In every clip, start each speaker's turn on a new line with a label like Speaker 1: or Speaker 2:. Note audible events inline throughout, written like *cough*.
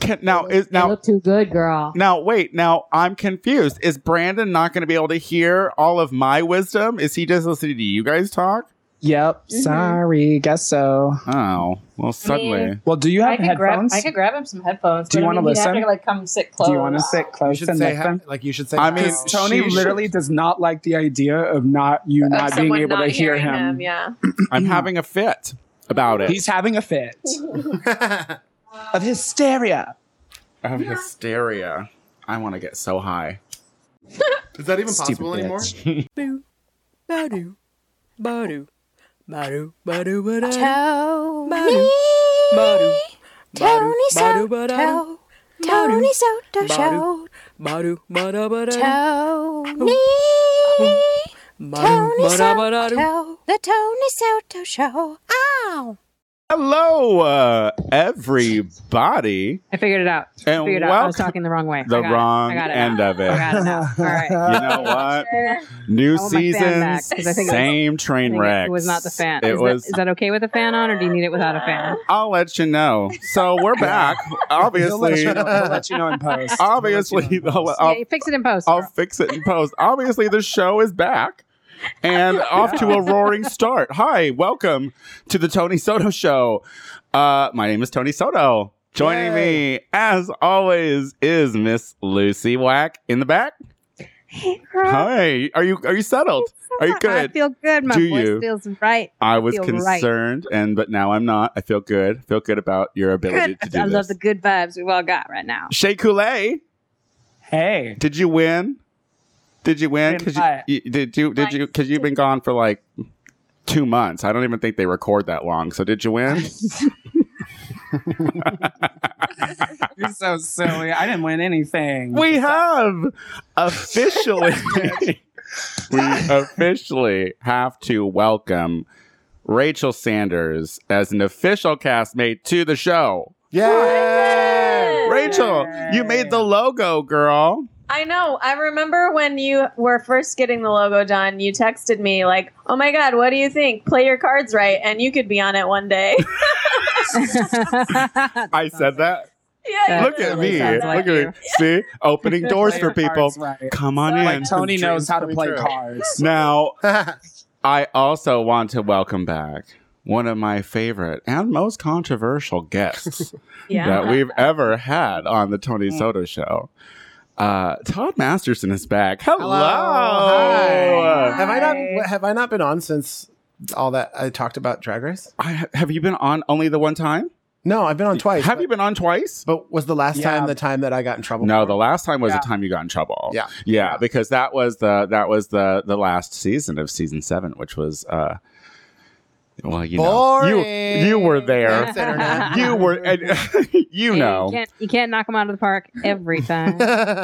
Speaker 1: can now is
Speaker 2: You
Speaker 1: now
Speaker 2: look too good, girl.
Speaker 1: now wait now I'm confused. Is Brandon not going to be able to hear all of my wisdom? Is he just listening to you guys talk?
Speaker 3: Yep.
Speaker 4: Mhm.
Speaker 3: Sorry. Guess so.
Speaker 1: Oh well, suddenly
Speaker 2: *clears throat*
Speaker 3: Well, do you have
Speaker 4: I could grab.
Speaker 3: headphones?
Speaker 4: I could grab him some headphones.
Speaker 3: Do
Speaker 4: but
Speaker 3: you
Speaker 4: I
Speaker 3: wanna
Speaker 4: mean, he'd Have
Speaker 3: listen?
Speaker 4: to, like come sit close.
Speaker 3: do you want to sit
Speaker 5: You
Speaker 3: close
Speaker 5: should
Speaker 3: and
Speaker 5: say
Speaker 3: let
Speaker 5: ha-
Speaker 3: them?
Speaker 5: like you should say.
Speaker 1: I mean,
Speaker 5: how
Speaker 3: Tony
Speaker 5: she
Speaker 3: literally does not like the idea of not you
Speaker 4: Of
Speaker 3: not being
Speaker 4: someone
Speaker 3: able
Speaker 4: not
Speaker 3: to hear
Speaker 4: hearing
Speaker 3: him.
Speaker 4: yeah.
Speaker 1: I'm having a fit about it.
Speaker 3: He's having a
Speaker 4: *laughs*
Speaker 3: fit
Speaker 5: should-
Speaker 3: of hysteria.
Speaker 1: of hysteria. I want to get so high.
Speaker 5: Is that even possible
Speaker 3: Stupid
Speaker 5: anymore?
Speaker 3: bitch.
Speaker 6: Boo. Badu. Badu. Badu. Badu. Badu.
Speaker 7: Tell
Speaker 6: Badu. Badu.
Speaker 7: Tony
Speaker 6: Badu.
Speaker 7: Soto.
Speaker 6: Badu.
Speaker 7: Tony Soto Show.
Speaker 6: Badu. Badu. Badu.
Speaker 7: Tony.
Speaker 6: Badu.
Speaker 7: Tony
Speaker 6: Badu. Badu.
Speaker 7: Soto. The Tony Soto Show. Ow.
Speaker 1: Hello, uh, everybody.
Speaker 2: I figured it out. I
Speaker 1: And
Speaker 2: figured it out. I was
Speaker 1: welcome-
Speaker 2: talking the wrong way.
Speaker 1: The
Speaker 2: I got it.
Speaker 1: wrong
Speaker 2: I got it
Speaker 1: end
Speaker 2: now.
Speaker 1: of it.
Speaker 2: I got it now. All
Speaker 1: *laughs*
Speaker 2: right. *laughs*
Speaker 1: You know what? New
Speaker 2: I want my fan back,
Speaker 1: seasons,
Speaker 2: 'cause I think it was-
Speaker 1: same
Speaker 2: I
Speaker 1: train
Speaker 2: think
Speaker 1: wreck.
Speaker 2: It was not the fan.
Speaker 1: It
Speaker 2: is,
Speaker 1: was.
Speaker 2: that, is that okay with a fan on, or do you need it without a
Speaker 1: *gasps*
Speaker 2: fan?
Speaker 1: I'll let you know. So we're
Speaker 2: *laughs*
Speaker 1: back.
Speaker 3: *laughs* He'll let,
Speaker 1: Obviously,
Speaker 3: you know, he'll let you know in post. He'll
Speaker 1: *laughs*
Speaker 3: let
Speaker 1: obviously,
Speaker 3: you know in
Speaker 1: I'll,
Speaker 3: post.
Speaker 2: Yeah,
Speaker 1: I'll,
Speaker 2: you fix it in post.
Speaker 1: I'll
Speaker 2: girl.
Speaker 1: fix it in post. Obviously, the show is back
Speaker 7: *laughs*
Speaker 1: and off to a roaring start. Hi, welcome to the Tony Soto Show. Uh, my name is Tony Soto. Joining me, as always, is Miss Lucy Wack in the back. Hi, are you are you settled? Are you
Speaker 7: I
Speaker 1: good?
Speaker 7: feel good. My
Speaker 1: Do
Speaker 7: voice
Speaker 1: you?
Speaker 7: feels right.
Speaker 1: I was
Speaker 7: feel right.
Speaker 1: concerned, and but now I'm not. I feel good. I feel good about your ability
Speaker 7: Good.
Speaker 1: *laughs* to do
Speaker 7: I
Speaker 1: this.
Speaker 7: love the good vibes we've all got right now.
Speaker 1: Shea Coulee,
Speaker 3: Hey.
Speaker 1: did you win? Did you win?
Speaker 3: Did
Speaker 1: Because
Speaker 3: I?
Speaker 1: you, you- did you did you because you've been gone for like two months. I don't even think they record that long. So did you win?
Speaker 3: You're so silly. I didn't win anything.
Speaker 1: we have officially we officially have to welcome Rachel Sanders as an official castmate to the show.
Speaker 5: Yeah.
Speaker 1: Rachel, you made the logo, girl.
Speaker 4: I know. I remember when you were first getting the logo done, you texted me like, "Oh my god, what do you think? Play your cards right and you could be on it one day."
Speaker 1: I said that.
Speaker 4: yeah. you
Speaker 1: Look at
Speaker 4: totally
Speaker 1: me.
Speaker 4: said
Speaker 1: Look
Speaker 4: that.
Speaker 1: at me. See, *laughs* opening doors for people.
Speaker 3: Cards right.
Speaker 1: Come on in.
Speaker 3: Like Tony
Speaker 5: Dreams
Speaker 3: knows how to
Speaker 5: coming
Speaker 3: play
Speaker 5: true.
Speaker 3: cards.
Speaker 1: Now,
Speaker 5: Yeah.
Speaker 1: I also want to welcome back one of my favorite and most controversial guests
Speaker 4: Yeah.
Speaker 1: that we've ever had on the Tony Soto show. Uh, Todd Masterson is back. Hello.
Speaker 5: Hi.
Speaker 1: Hi.
Speaker 5: Have I not have I not been on since all that I talked about Drag Race?
Speaker 1: I, have you been on only the one time?
Speaker 5: No, I've been on twice.
Speaker 1: Have
Speaker 5: but,
Speaker 1: you been on twice?
Speaker 5: But was the last
Speaker 3: Yeah.
Speaker 5: time the time that I got in trouble?
Speaker 1: No, the last time was
Speaker 3: Yeah.
Speaker 1: the time you got in trouble.
Speaker 5: Yeah.
Speaker 1: yeah, because that was the that was the the last season of season seven, which was uh, well, you know, you you were there.
Speaker 5: That's internet.
Speaker 1: you were and, *laughs* you
Speaker 2: Hey,
Speaker 1: know
Speaker 2: You can't, you can't knock them out of the park
Speaker 1: *laughs*
Speaker 2: every time.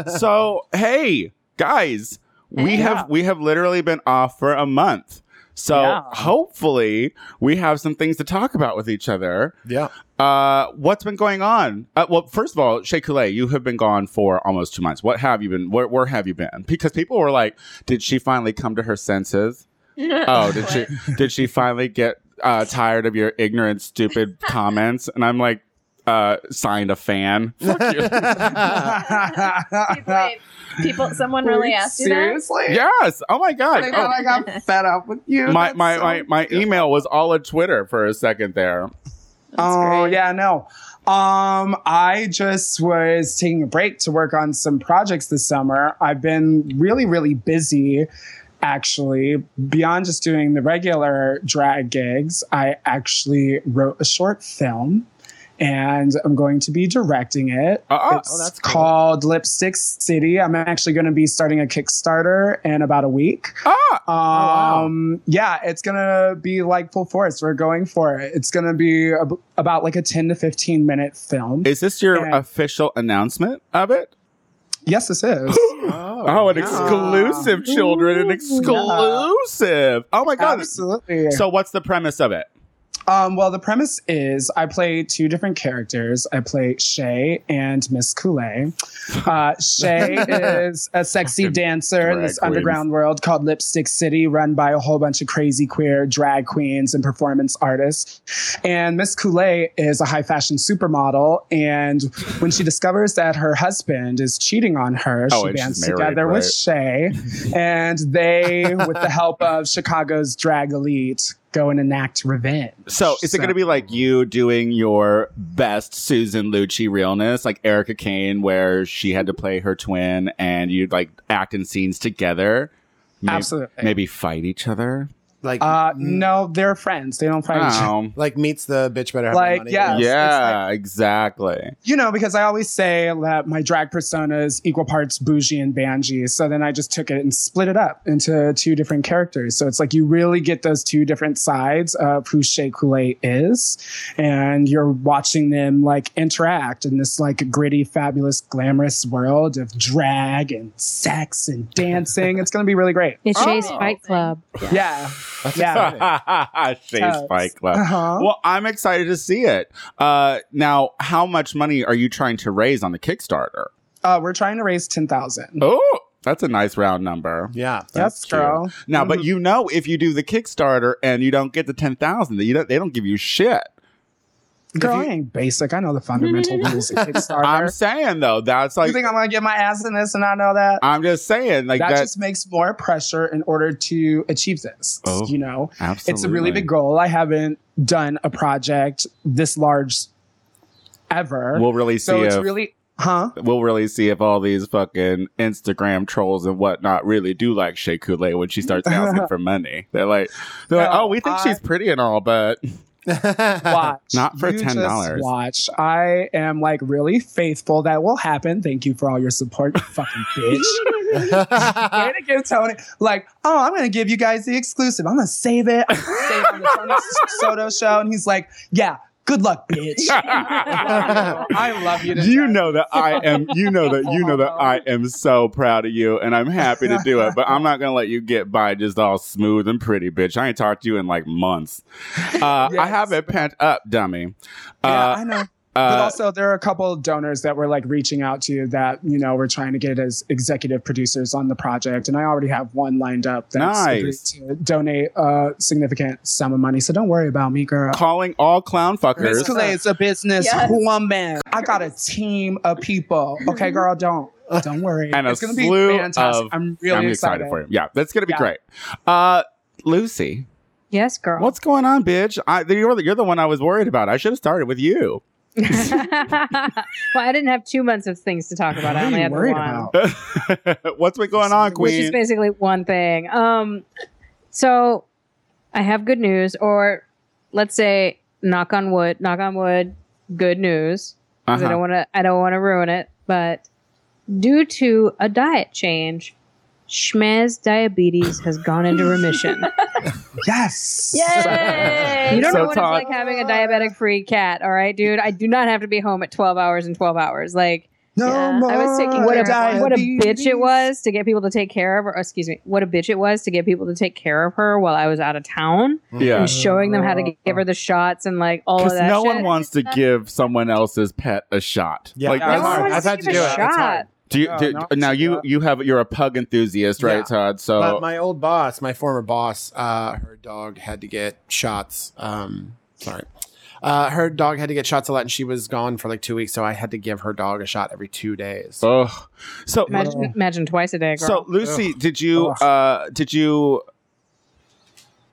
Speaker 1: so hey guys we
Speaker 3: Hey. Yeah.
Speaker 1: have we have literally been off for a month so
Speaker 3: Yeah.
Speaker 1: hopefully we have some things to talk about with each other
Speaker 5: *laughs* yeah.
Speaker 1: uh what's been going on uh, well first of all Shea Coulee, you have been gone for almost two months what have you been where, where have you been because people were like did she finally come to her senses oh did
Speaker 3: *laughs*
Speaker 1: she did she finally get uh, tired of your ignorant stupid
Speaker 3: *laughs*
Speaker 1: comments and i'm like uh signed a
Speaker 3: *laughs*
Speaker 1: fan Fuck
Speaker 5: *laughs*
Speaker 1: you.
Speaker 4: People, *laughs* like, people someone really asked you that.
Speaker 3: Seriously?
Speaker 1: Yes. Oh my god.
Speaker 3: Like, oh, I *laughs* got fed up with you.
Speaker 1: Oh, my
Speaker 3: That's
Speaker 1: my,
Speaker 3: so
Speaker 1: my, my email was all at Twitter for a second there.
Speaker 3: Oh
Speaker 4: great.
Speaker 3: yeah, no. Um, I just was taking a break to work on some projects this summer. I've been really, really busy, actually. Beyond just doing the regular drag gigs, I actually wrote a short film, and I'm going to be directing it.
Speaker 1: Uh,
Speaker 3: it's
Speaker 5: oh, that's cool.
Speaker 3: called Lipstick City. I'm actually going to be starting a Kickstarter in about a week.
Speaker 5: oh,
Speaker 1: ah, wow.
Speaker 3: Um, yeah, it's gonna be like full force. We're going for it. It's gonna be ab- about like a 10 to 15 minute film.
Speaker 1: is this your
Speaker 3: Yeah.
Speaker 1: official announcement of it?
Speaker 3: yes, this
Speaker 5: *laughs*
Speaker 3: is.
Speaker 5: Oh,
Speaker 1: Oh, an
Speaker 5: yeah.
Speaker 1: exclusive, children, an exclusive. Oh my god.
Speaker 3: Absolutely.
Speaker 1: So what's the premise of it?
Speaker 3: Um, well, the premise is I play two different characters. I play Shay and Miss Coulee. Uh,
Speaker 1: *laughs*
Speaker 3: Shay is a sexy
Speaker 1: Fucking
Speaker 3: dancer in
Speaker 1: drag
Speaker 3: this
Speaker 1: queens.
Speaker 3: underground world called Lipstick City, run by a whole bunch of crazy queer drag queens and performance artists. And Miss Coulee is a high fashion supermodel. And when she discovers that her husband is cheating on her,
Speaker 1: Oh,
Speaker 3: she
Speaker 1: and she's
Speaker 3: bands
Speaker 1: married,
Speaker 3: together with
Speaker 1: right?
Speaker 3: Shay. and they, with the help of Chicago's drag elite, go and enact revenge.
Speaker 1: So is it going to be like you doing your best Susan Lucci realness, like Erica Kane, where she had to play her twin and you'd like act in scenes together? May-
Speaker 3: Absolutely.
Speaker 1: Maybe fight each other?
Speaker 5: Like,
Speaker 3: Uh,
Speaker 5: m-
Speaker 3: no, they're friends. They don't fight. each other.
Speaker 1: Oh.
Speaker 5: like meets the bitch better have
Speaker 3: Like, *laughs*
Speaker 5: money.
Speaker 3: yeah. it's-
Speaker 1: yeah, exactly.
Speaker 3: You know, because I always say that my drag persona is equal parts bougie and banji. So then I just took it and split it up into two different characters. So it's like you really get those two different sides of who Shea Coulee is, and you're watching them like interact in this like gritty, fabulous, glamorous world of drag and sex and dancing. it's going to be really great.
Speaker 2: It's Shay's
Speaker 4: Oh.
Speaker 2: Fight Club.
Speaker 3: Yeah.
Speaker 5: That's
Speaker 3: Yeah.
Speaker 5: exciting.
Speaker 1: Shay's *laughs*
Speaker 3: Totes.
Speaker 1: Fight Club.
Speaker 3: Uh-huh.
Speaker 1: Well, I'm excited to see it. Uh, now, how much money are you trying to raise on the Kickstarter?
Speaker 3: Uh, we're trying to raise 10,000.
Speaker 1: Oh, that's a nice round number.
Speaker 5: Yeah. *laughs*
Speaker 3: Yes,
Speaker 1: cute.
Speaker 3: girl.
Speaker 1: Now,
Speaker 3: Mm-hmm.
Speaker 1: but you know, if you do the Kickstarter and you don't get the ten thousand, you don't, they don't give you shit.
Speaker 3: Girl, I ain't basic. I know the fundamental rules of
Speaker 1: I'm
Speaker 3: Kickstarter.
Speaker 1: saying though, that's
Speaker 3: you
Speaker 1: like
Speaker 3: think I'm gonna get my ass in this and not know that?
Speaker 1: I'm just saying like
Speaker 3: that,
Speaker 1: that.
Speaker 3: just makes more pressure in order to achieve this.
Speaker 1: Oh,
Speaker 3: you know,
Speaker 1: absolutely,
Speaker 3: it's a really big goal. I haven't done a project this large ever.
Speaker 1: We'll really see.
Speaker 3: so it's
Speaker 1: if,
Speaker 3: really, huh?
Speaker 1: We'll really see if all these fucking Instagram trolls and whatnot really do like Shea Coulee when she starts
Speaker 3: *laughs*
Speaker 1: asking for money. They're like, they're like,
Speaker 3: No,
Speaker 1: oh, we think
Speaker 3: I-
Speaker 1: she's pretty and all,
Speaker 3: *laughs*
Speaker 1: but *laughs*
Speaker 5: *laughs*
Speaker 3: Watch.
Speaker 1: *laughs* Not for
Speaker 3: You just
Speaker 1: $10.
Speaker 3: Watch. I am like really faithful. That will happen. Thank you for all your support,
Speaker 1: *laughs*
Speaker 3: you fucking bitch. I'm gonna give Tony like, oh, I'm gonna give you guys the exclusive. I'm gonna save it. I'm gonna save it on the
Speaker 1: *laughs*
Speaker 3: Tony Soto show. And he's like, yeah, good luck, bitch.
Speaker 1: *laughs*
Speaker 3: *laughs* I love you. To
Speaker 1: you
Speaker 3: death.
Speaker 1: know that I am. You know that you know that I am so proud of you, and I'm happy to do it. But I'm not gonna let you get by just all smooth and pretty, bitch. I ain't talked to you in like months. Uh, I
Speaker 3: Yes.
Speaker 1: have it pent up, dummy.
Speaker 3: Yeah,
Speaker 1: Uh,
Speaker 3: I know. But
Speaker 1: uh,
Speaker 3: also, there are a couple of donors that were like reaching out to you that you know we're trying to get as executive producers on the project, and I already have one lined up that's agreed
Speaker 1: Nice.
Speaker 3: to donate a significant sum of money. So don't worry about me, girl.
Speaker 1: calling all clown
Speaker 3: Miss
Speaker 1: fuckers.
Speaker 3: Clay is a business
Speaker 4: Yes.
Speaker 3: woman. I got a team of people. Okay, girl, don't don't worry.
Speaker 1: And a
Speaker 3: it's gonna
Speaker 1: slew
Speaker 3: be fantastic.
Speaker 1: of-
Speaker 3: I'm really
Speaker 1: I'm
Speaker 3: excited.
Speaker 1: excited. for you. Yeah, that's gonna be
Speaker 3: Yeah.
Speaker 1: great. Uh, Lucy,
Speaker 2: Yes, girl.
Speaker 1: what's going on, bitch? I, you're, the- you're the one I was worried about. I should have started with you. *laughs*
Speaker 2: *laughs* well, I didn't have two months of things to talk about.
Speaker 3: What
Speaker 2: I
Speaker 3: are
Speaker 2: only
Speaker 3: you
Speaker 2: had
Speaker 3: worried
Speaker 2: one.
Speaker 3: about?
Speaker 1: What's been going on,
Speaker 2: which is
Speaker 1: Queen?
Speaker 2: basically one thing. Um, so I have good news, or let's say, knock on wood, knock on wood, good news. 'cause I
Speaker 1: Uh-huh.
Speaker 2: don't want to, I don't want to ruin it, but due to a diet change, Schmez diabetes has gone into remission.
Speaker 3: Yes.
Speaker 4: Yay!
Speaker 2: You don't
Speaker 1: So
Speaker 2: know what
Speaker 1: Todd-
Speaker 2: it's like having a diabetic-free cat, all right, dude. I do not have to be home at twelve hours and twelve hours, like.
Speaker 3: No
Speaker 4: Yeah,
Speaker 3: more.
Speaker 4: I was taking
Speaker 2: what
Speaker 4: care
Speaker 2: a,
Speaker 4: of Diabetes.
Speaker 2: what a bitch it was to get people to take care of her. oh, Excuse me. What a bitch it was to get people to take care of her while I was out of town
Speaker 1: Yeah.
Speaker 2: and
Speaker 5: Oh.
Speaker 2: showing them how to g- give her the shots and like all of
Speaker 1: Because
Speaker 2: that.
Speaker 1: no one
Speaker 2: shit.
Speaker 1: wants to give someone else's pet a shot.
Speaker 5: Yeah.
Speaker 1: Like
Speaker 3: No
Speaker 1: that's,
Speaker 3: one
Speaker 5: hard.
Speaker 2: wants
Speaker 5: I've
Speaker 2: to
Speaker 5: had to
Speaker 2: give
Speaker 5: do
Speaker 2: a
Speaker 5: it. It's hard.
Speaker 2: shot.
Speaker 1: do you,
Speaker 3: No,
Speaker 1: do,
Speaker 3: no one
Speaker 1: now
Speaker 3: wants to
Speaker 1: you
Speaker 3: do that.
Speaker 1: you have you're a pug enthusiast, right,
Speaker 5: Yeah.
Speaker 1: Todd? So
Speaker 5: But my old boss, my former boss, uh, her dog had to get shots. Um, sorry. Uh, her dog had to get shots a lot, and she was gone for like two weeks, so I had to give her dog a shot every two days.
Speaker 1: ugh. so
Speaker 2: Imagine, imagine twice a day, girl.
Speaker 1: so Lucy, did you uh did you,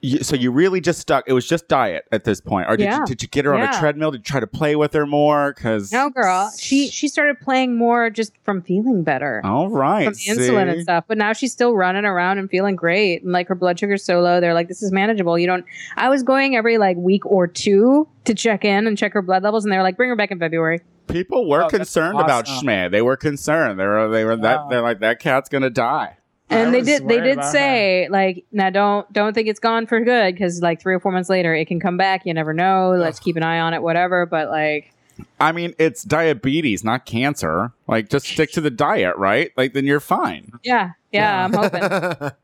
Speaker 1: you so you really just stuck it was just diet at this point or did,
Speaker 2: Yeah.
Speaker 1: you, did you get her on a
Speaker 2: Yeah.
Speaker 1: treadmill did you try to play with her more because
Speaker 2: no, girl. She she started playing more just from feeling better.
Speaker 1: all right
Speaker 2: From insulin and
Speaker 1: see?
Speaker 2: stuff, but now she's still running around and feeling great, and like her blood sugar's so low, they're like, "This is manageable." You don't. I was going every like week or two to check in and check her blood levels, and they were like, "Bring her back in February."
Speaker 1: people were
Speaker 3: Oh, that's
Speaker 1: concerned about
Speaker 3: awesome.
Speaker 1: Schmeh. they were concerned they were they were that
Speaker 3: Wow.
Speaker 1: they're like that cat's gonna die
Speaker 2: and
Speaker 3: I
Speaker 2: they
Speaker 3: was
Speaker 2: did they
Speaker 3: worried
Speaker 2: did
Speaker 3: about
Speaker 2: say like now don't don't think it's gone for good because like three or four months later it can come back you never know let's keep an eye on it whatever but like
Speaker 1: I mean, it's diabetes, not cancer. Like, just stick to the diet, right? Like, then you're fine.
Speaker 2: yeah yeah, i'm
Speaker 3: *laughs*
Speaker 2: hoping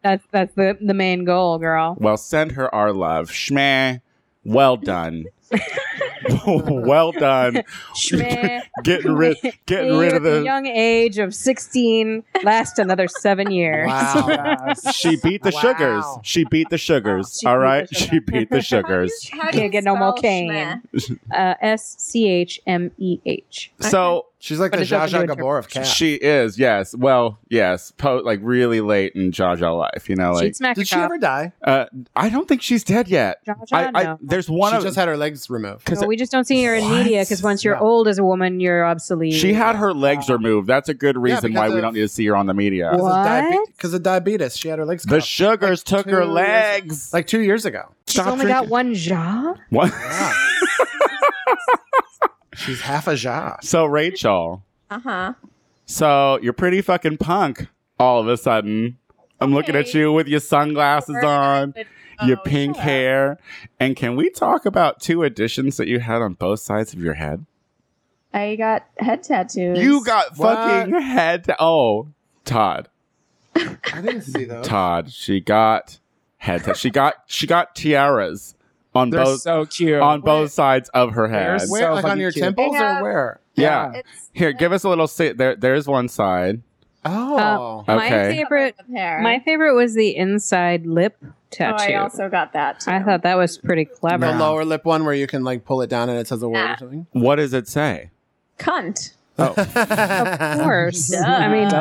Speaker 2: that's that's the the main goal girl
Speaker 1: Well, send her our love. Schmeh, Well done. *laughs* well done.
Speaker 2: Schmeh.
Speaker 1: Getting rid getting
Speaker 2: Me
Speaker 1: rid
Speaker 2: at
Speaker 1: of
Speaker 2: the
Speaker 1: the
Speaker 2: young age of 16 last another seven years. *laughs*
Speaker 5: *laughs* Wow.
Speaker 3: Yes.
Speaker 1: she beat the
Speaker 5: Wow.
Speaker 1: sugars. She beat the sugars.
Speaker 2: She
Speaker 1: All
Speaker 2: beat the
Speaker 1: right.
Speaker 2: sugar.
Speaker 1: She beat the
Speaker 4: How do
Speaker 2: *laughs*
Speaker 4: you-
Speaker 1: sugars.
Speaker 4: how do
Speaker 2: *laughs*
Speaker 4: you
Speaker 2: Can't get no more
Speaker 4: spell
Speaker 2: cane.
Speaker 4: schmeh?
Speaker 2: Uh, S C H M E H.
Speaker 1: So
Speaker 5: She's like
Speaker 2: But
Speaker 5: the
Speaker 2: it's open
Speaker 5: Zsa
Speaker 2: to
Speaker 5: Zsa Gabor of cat.
Speaker 1: she is, yes. Well, yes. Po- like really late in Jaja life, you know, like
Speaker 2: She'd smack a
Speaker 5: Did she
Speaker 2: cop.
Speaker 5: ever die?
Speaker 1: uh, I don't think she's dead yet.
Speaker 2: Jaja?
Speaker 1: I, I
Speaker 2: no.
Speaker 1: there's one
Speaker 5: she
Speaker 1: of
Speaker 5: just had her legs removed.
Speaker 1: because
Speaker 2: No, we just don't see her in
Speaker 5: What?
Speaker 2: media because once you're
Speaker 5: Yeah.
Speaker 2: old as a woman, you're obsolete.
Speaker 1: she had her legs removed. That's a good reason
Speaker 5: because
Speaker 1: why we
Speaker 5: of-
Speaker 1: don't need to see her on the media.
Speaker 5: Because of, diabe-
Speaker 2: What?
Speaker 5: 'cause of diabetes. She had her legs
Speaker 1: The
Speaker 5: cut.
Speaker 1: sugars took her
Speaker 5: two
Speaker 1: legs.
Speaker 5: like two years ago.
Speaker 2: She's only got one jaw.
Speaker 1: *laughs* What?
Speaker 2: *laughs*
Speaker 5: Wow. She's half a jaw.
Speaker 1: so Rachel,
Speaker 4: Uh-huh.
Speaker 1: so you're pretty fucking punk all of a sudden. I'm looking at
Speaker 4: Okay.
Speaker 1: you with your sunglasses on,
Speaker 4: But-
Speaker 1: your
Speaker 4: oh,
Speaker 1: pink
Speaker 4: shut up.
Speaker 1: hair. And can we talk about two additions that you had on both sides of your head?
Speaker 4: I got head tattoos.
Speaker 1: You got
Speaker 5: What?
Speaker 1: fucking head. ta- oh, Todd.
Speaker 5: I didn't see those.
Speaker 1: Todd. She got head. ta- she got she got tiaras on
Speaker 3: They're
Speaker 1: both
Speaker 3: so cute.
Speaker 1: on both sides of her
Speaker 3: They're
Speaker 1: head.
Speaker 3: so
Speaker 5: Where, like on
Speaker 3: fucking
Speaker 5: your
Speaker 3: cute.
Speaker 5: temples
Speaker 4: They have-
Speaker 5: or where?
Speaker 1: Yeah.
Speaker 4: It's
Speaker 1: Here, give us a little. Say, there, there's one side.
Speaker 5: Oh,
Speaker 1: Uh,
Speaker 2: My
Speaker 1: Okay.
Speaker 2: favorite,
Speaker 4: of hair.
Speaker 2: my favorite was the inside lip
Speaker 4: oh,
Speaker 2: tattoo.
Speaker 4: I
Speaker 2: I,
Speaker 4: also got that. Too.
Speaker 2: thought that was pretty clever.
Speaker 5: the
Speaker 3: Yeah.
Speaker 5: lower lip one where you can like pull it down and it says a word
Speaker 2: *laughs*
Speaker 5: or something. Oh.
Speaker 1: What does it
Speaker 3: *laughs*
Speaker 1: say? Oh.
Speaker 4: cunt.
Speaker 2: Of course,
Speaker 4: *laughs* Duh.
Speaker 2: I mean,
Speaker 3: Duh.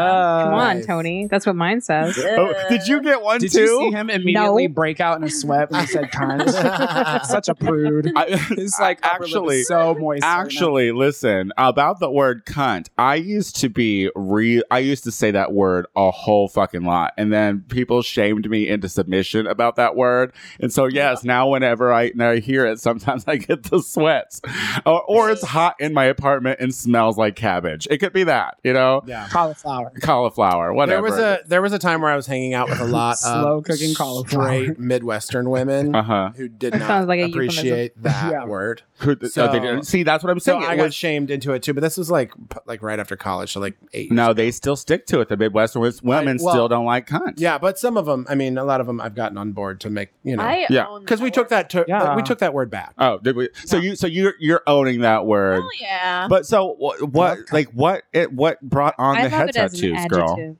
Speaker 2: come on,
Speaker 5: Nice.
Speaker 2: Tony. That's what mine says.
Speaker 1: Oh, did you get one
Speaker 3: Did
Speaker 1: too?
Speaker 3: you see him immediately
Speaker 2: No.
Speaker 3: break out in a sweat when he said cunt? Such a prude.
Speaker 1: I-
Speaker 3: It's like
Speaker 1: actually,
Speaker 3: actually so moist. right now.
Speaker 1: actually, listen about the word cunt. I used to be re. I used to say that word a whole fucking lot, and then people shamed me into submission about that word. And so, yes, now whenever I, now I hear it, sometimes *laughs* I get the sweats, or, or
Speaker 5: *laughs*
Speaker 1: it's hot in my apartment and smells like cabbage. It could be that, you know,
Speaker 5: Yeah.
Speaker 3: cauliflower.
Speaker 1: cauliflower, whatever.
Speaker 5: There was a there was a time where I was hanging out with a
Speaker 3: *laughs*
Speaker 5: lot
Speaker 3: Slow
Speaker 5: of
Speaker 3: cooking cauliflower.
Speaker 5: straight
Speaker 1: *laughs*
Speaker 5: Midwestern women
Speaker 1: uh huh.
Speaker 5: who did
Speaker 2: That
Speaker 5: not
Speaker 2: sounds like a
Speaker 5: appreciate
Speaker 2: *laughs*
Speaker 5: that
Speaker 3: Yeah.
Speaker 5: word.
Speaker 1: So, uh, they didn't. See, that's what I'm
Speaker 5: So
Speaker 1: saying.
Speaker 5: I
Speaker 1: It
Speaker 5: got
Speaker 1: was-
Speaker 5: shamed into it too. But this was like p- like right after college, so like eight.
Speaker 1: no, they still stick to it. The Midwestern women
Speaker 5: I- well-
Speaker 1: still don't like cunt.
Speaker 5: Yeah, but some of them. I mean, a lot of them I've gotten on board to make you know
Speaker 4: I
Speaker 1: Yeah.
Speaker 4: own
Speaker 5: because we took that to,
Speaker 3: Yeah.
Speaker 5: like, we took that word back.
Speaker 1: Oh, did we? So you, so you're you're owning that word.
Speaker 4: Oh yeah.
Speaker 1: But so what? what like what? It what brought on
Speaker 2: I
Speaker 1: the
Speaker 2: love
Speaker 1: head
Speaker 2: it as an
Speaker 1: tattoos, girl?
Speaker 2: adjective.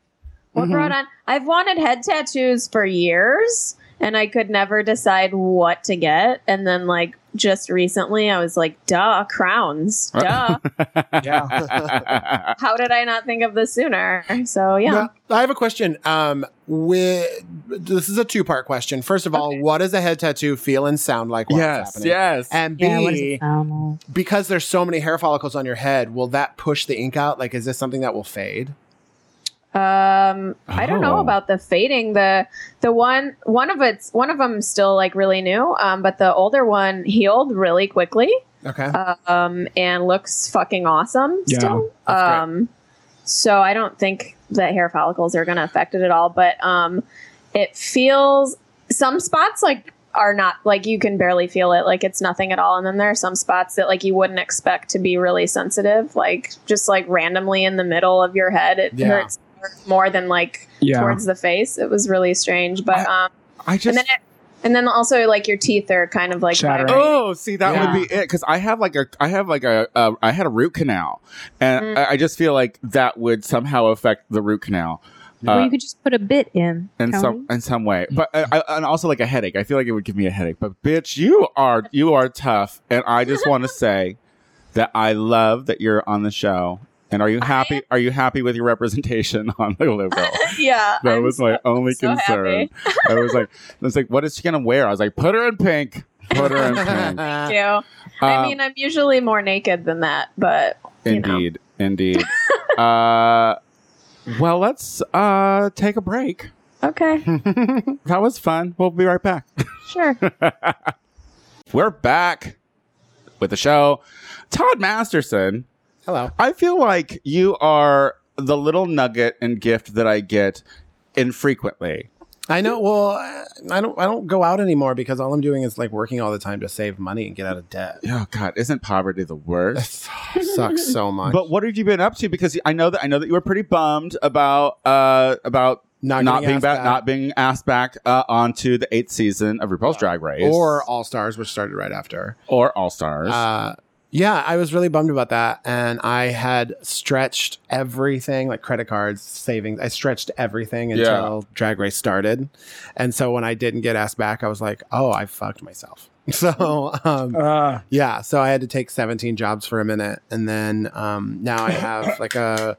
Speaker 4: What
Speaker 3: Mhm.
Speaker 1: Mm-hmm.
Speaker 4: brought on? I've wanted head tattoos for years, and I could never decide what to get. And then, like just recently, I was like, "Duh, crowns!
Speaker 1: Uh.
Speaker 4: Duh!
Speaker 1: *laughs* yeah.
Speaker 4: How did I not think of this sooner?" So yeah,
Speaker 5: Now, I have a question. Um, with this is a two part question. First of all, what does a head tattoo feel and sound like? While it's
Speaker 1: yes. Yes.
Speaker 5: happening? And B,
Speaker 2: Yeah, what does it sound like?
Speaker 1: Uh,
Speaker 5: because there's so many hair follicles on your head, will that push the ink out? Like, is this something that will fade?
Speaker 4: Um, I don't know
Speaker 1: Oh.
Speaker 4: about the fading. The the one one of it's one of them still like really new. Um, but the older one healed really quickly.
Speaker 5: Okay.
Speaker 2: Uh,
Speaker 4: Um, and looks fucking awesome
Speaker 3: Yeah,
Speaker 4: still.
Speaker 5: that's great.
Speaker 4: Um, so I don't think that hair follicles are going to affect it at all. But um, it feels some spots like are not like you can barely feel it like it's nothing at all and then there are some spots that like you wouldn't expect to be really sensitive like just like randomly in the middle of your head it
Speaker 5: Yeah.
Speaker 4: hurts more than like
Speaker 3: Mm-hmm. Yeah.
Speaker 4: towards the face it was really strange but um
Speaker 1: I just.
Speaker 4: and then it, and then also like your teeth are kind of like
Speaker 3: Chattering.
Speaker 4: vibrating.
Speaker 1: Oh, see, that
Speaker 5: Yeah.
Speaker 1: would be it. Because I have like a, I have like a, a I had a root canal, and
Speaker 4: Mm.
Speaker 1: I, I just feel like that would somehow affect the root canal.
Speaker 2: Well,
Speaker 1: Uh,
Speaker 2: you could just put a bit in.
Speaker 1: in
Speaker 2: Tony.
Speaker 1: some in some way but I, I, and also like a headache i feel like it would give me a headache but bitch you are you are tough and i just want to say that i love that you're on the show and are you happy are you happy with your representation on the Lou
Speaker 4: *laughs*
Speaker 1: girl
Speaker 4: yeah
Speaker 1: that
Speaker 4: I'm
Speaker 1: was my only
Speaker 4: so
Speaker 1: concern i was like i was like what is she gonna wear i was like put her in pink put her in
Speaker 5: *laughs*
Speaker 1: pink
Speaker 4: *laughs* you.
Speaker 1: Um,
Speaker 4: I mean, I'm usually more naked than that, but you know.
Speaker 1: indeed indeed uh well let's uh take a break
Speaker 5: *laughs*
Speaker 4: okay,
Speaker 1: that was fun we'll be right back
Speaker 4: sure.
Speaker 1: *laughs* We're back with the show. Todd Masterson,
Speaker 5: Hello.
Speaker 1: I feel like you are the little nugget and gift that I get infrequently.
Speaker 5: I know. Well, I- I don't. I don't go out anymore because all I'm doing is like working all the time to save money and get out of debt.
Speaker 1: Oh God, isn't poverty the worst?
Speaker 5: Sucks
Speaker 1: *laughs*
Speaker 5: so much.
Speaker 1: But what have you been up to? Because I know that I know that you were pretty bummed about uh about
Speaker 5: not,
Speaker 1: not
Speaker 5: getting
Speaker 1: being
Speaker 5: asked
Speaker 1: back, not being asked back uh, onto the eighth season of RuPaul's Drag Race
Speaker 5: Uh, or All Stars, which started right after.
Speaker 1: or All Stars.
Speaker 5: Uh, yeah, I was really bummed about that, and I had stretched everything like credit cards, savings. I stretched everything
Speaker 1: Yeah.
Speaker 5: until Drag Race started, and so when I didn't get asked back, I was like, "Oh, I fucked myself." *laughs* So um,
Speaker 3: Uh,
Speaker 5: yeah, so I had to take 17 jobs for a minute, and then um, now I have like a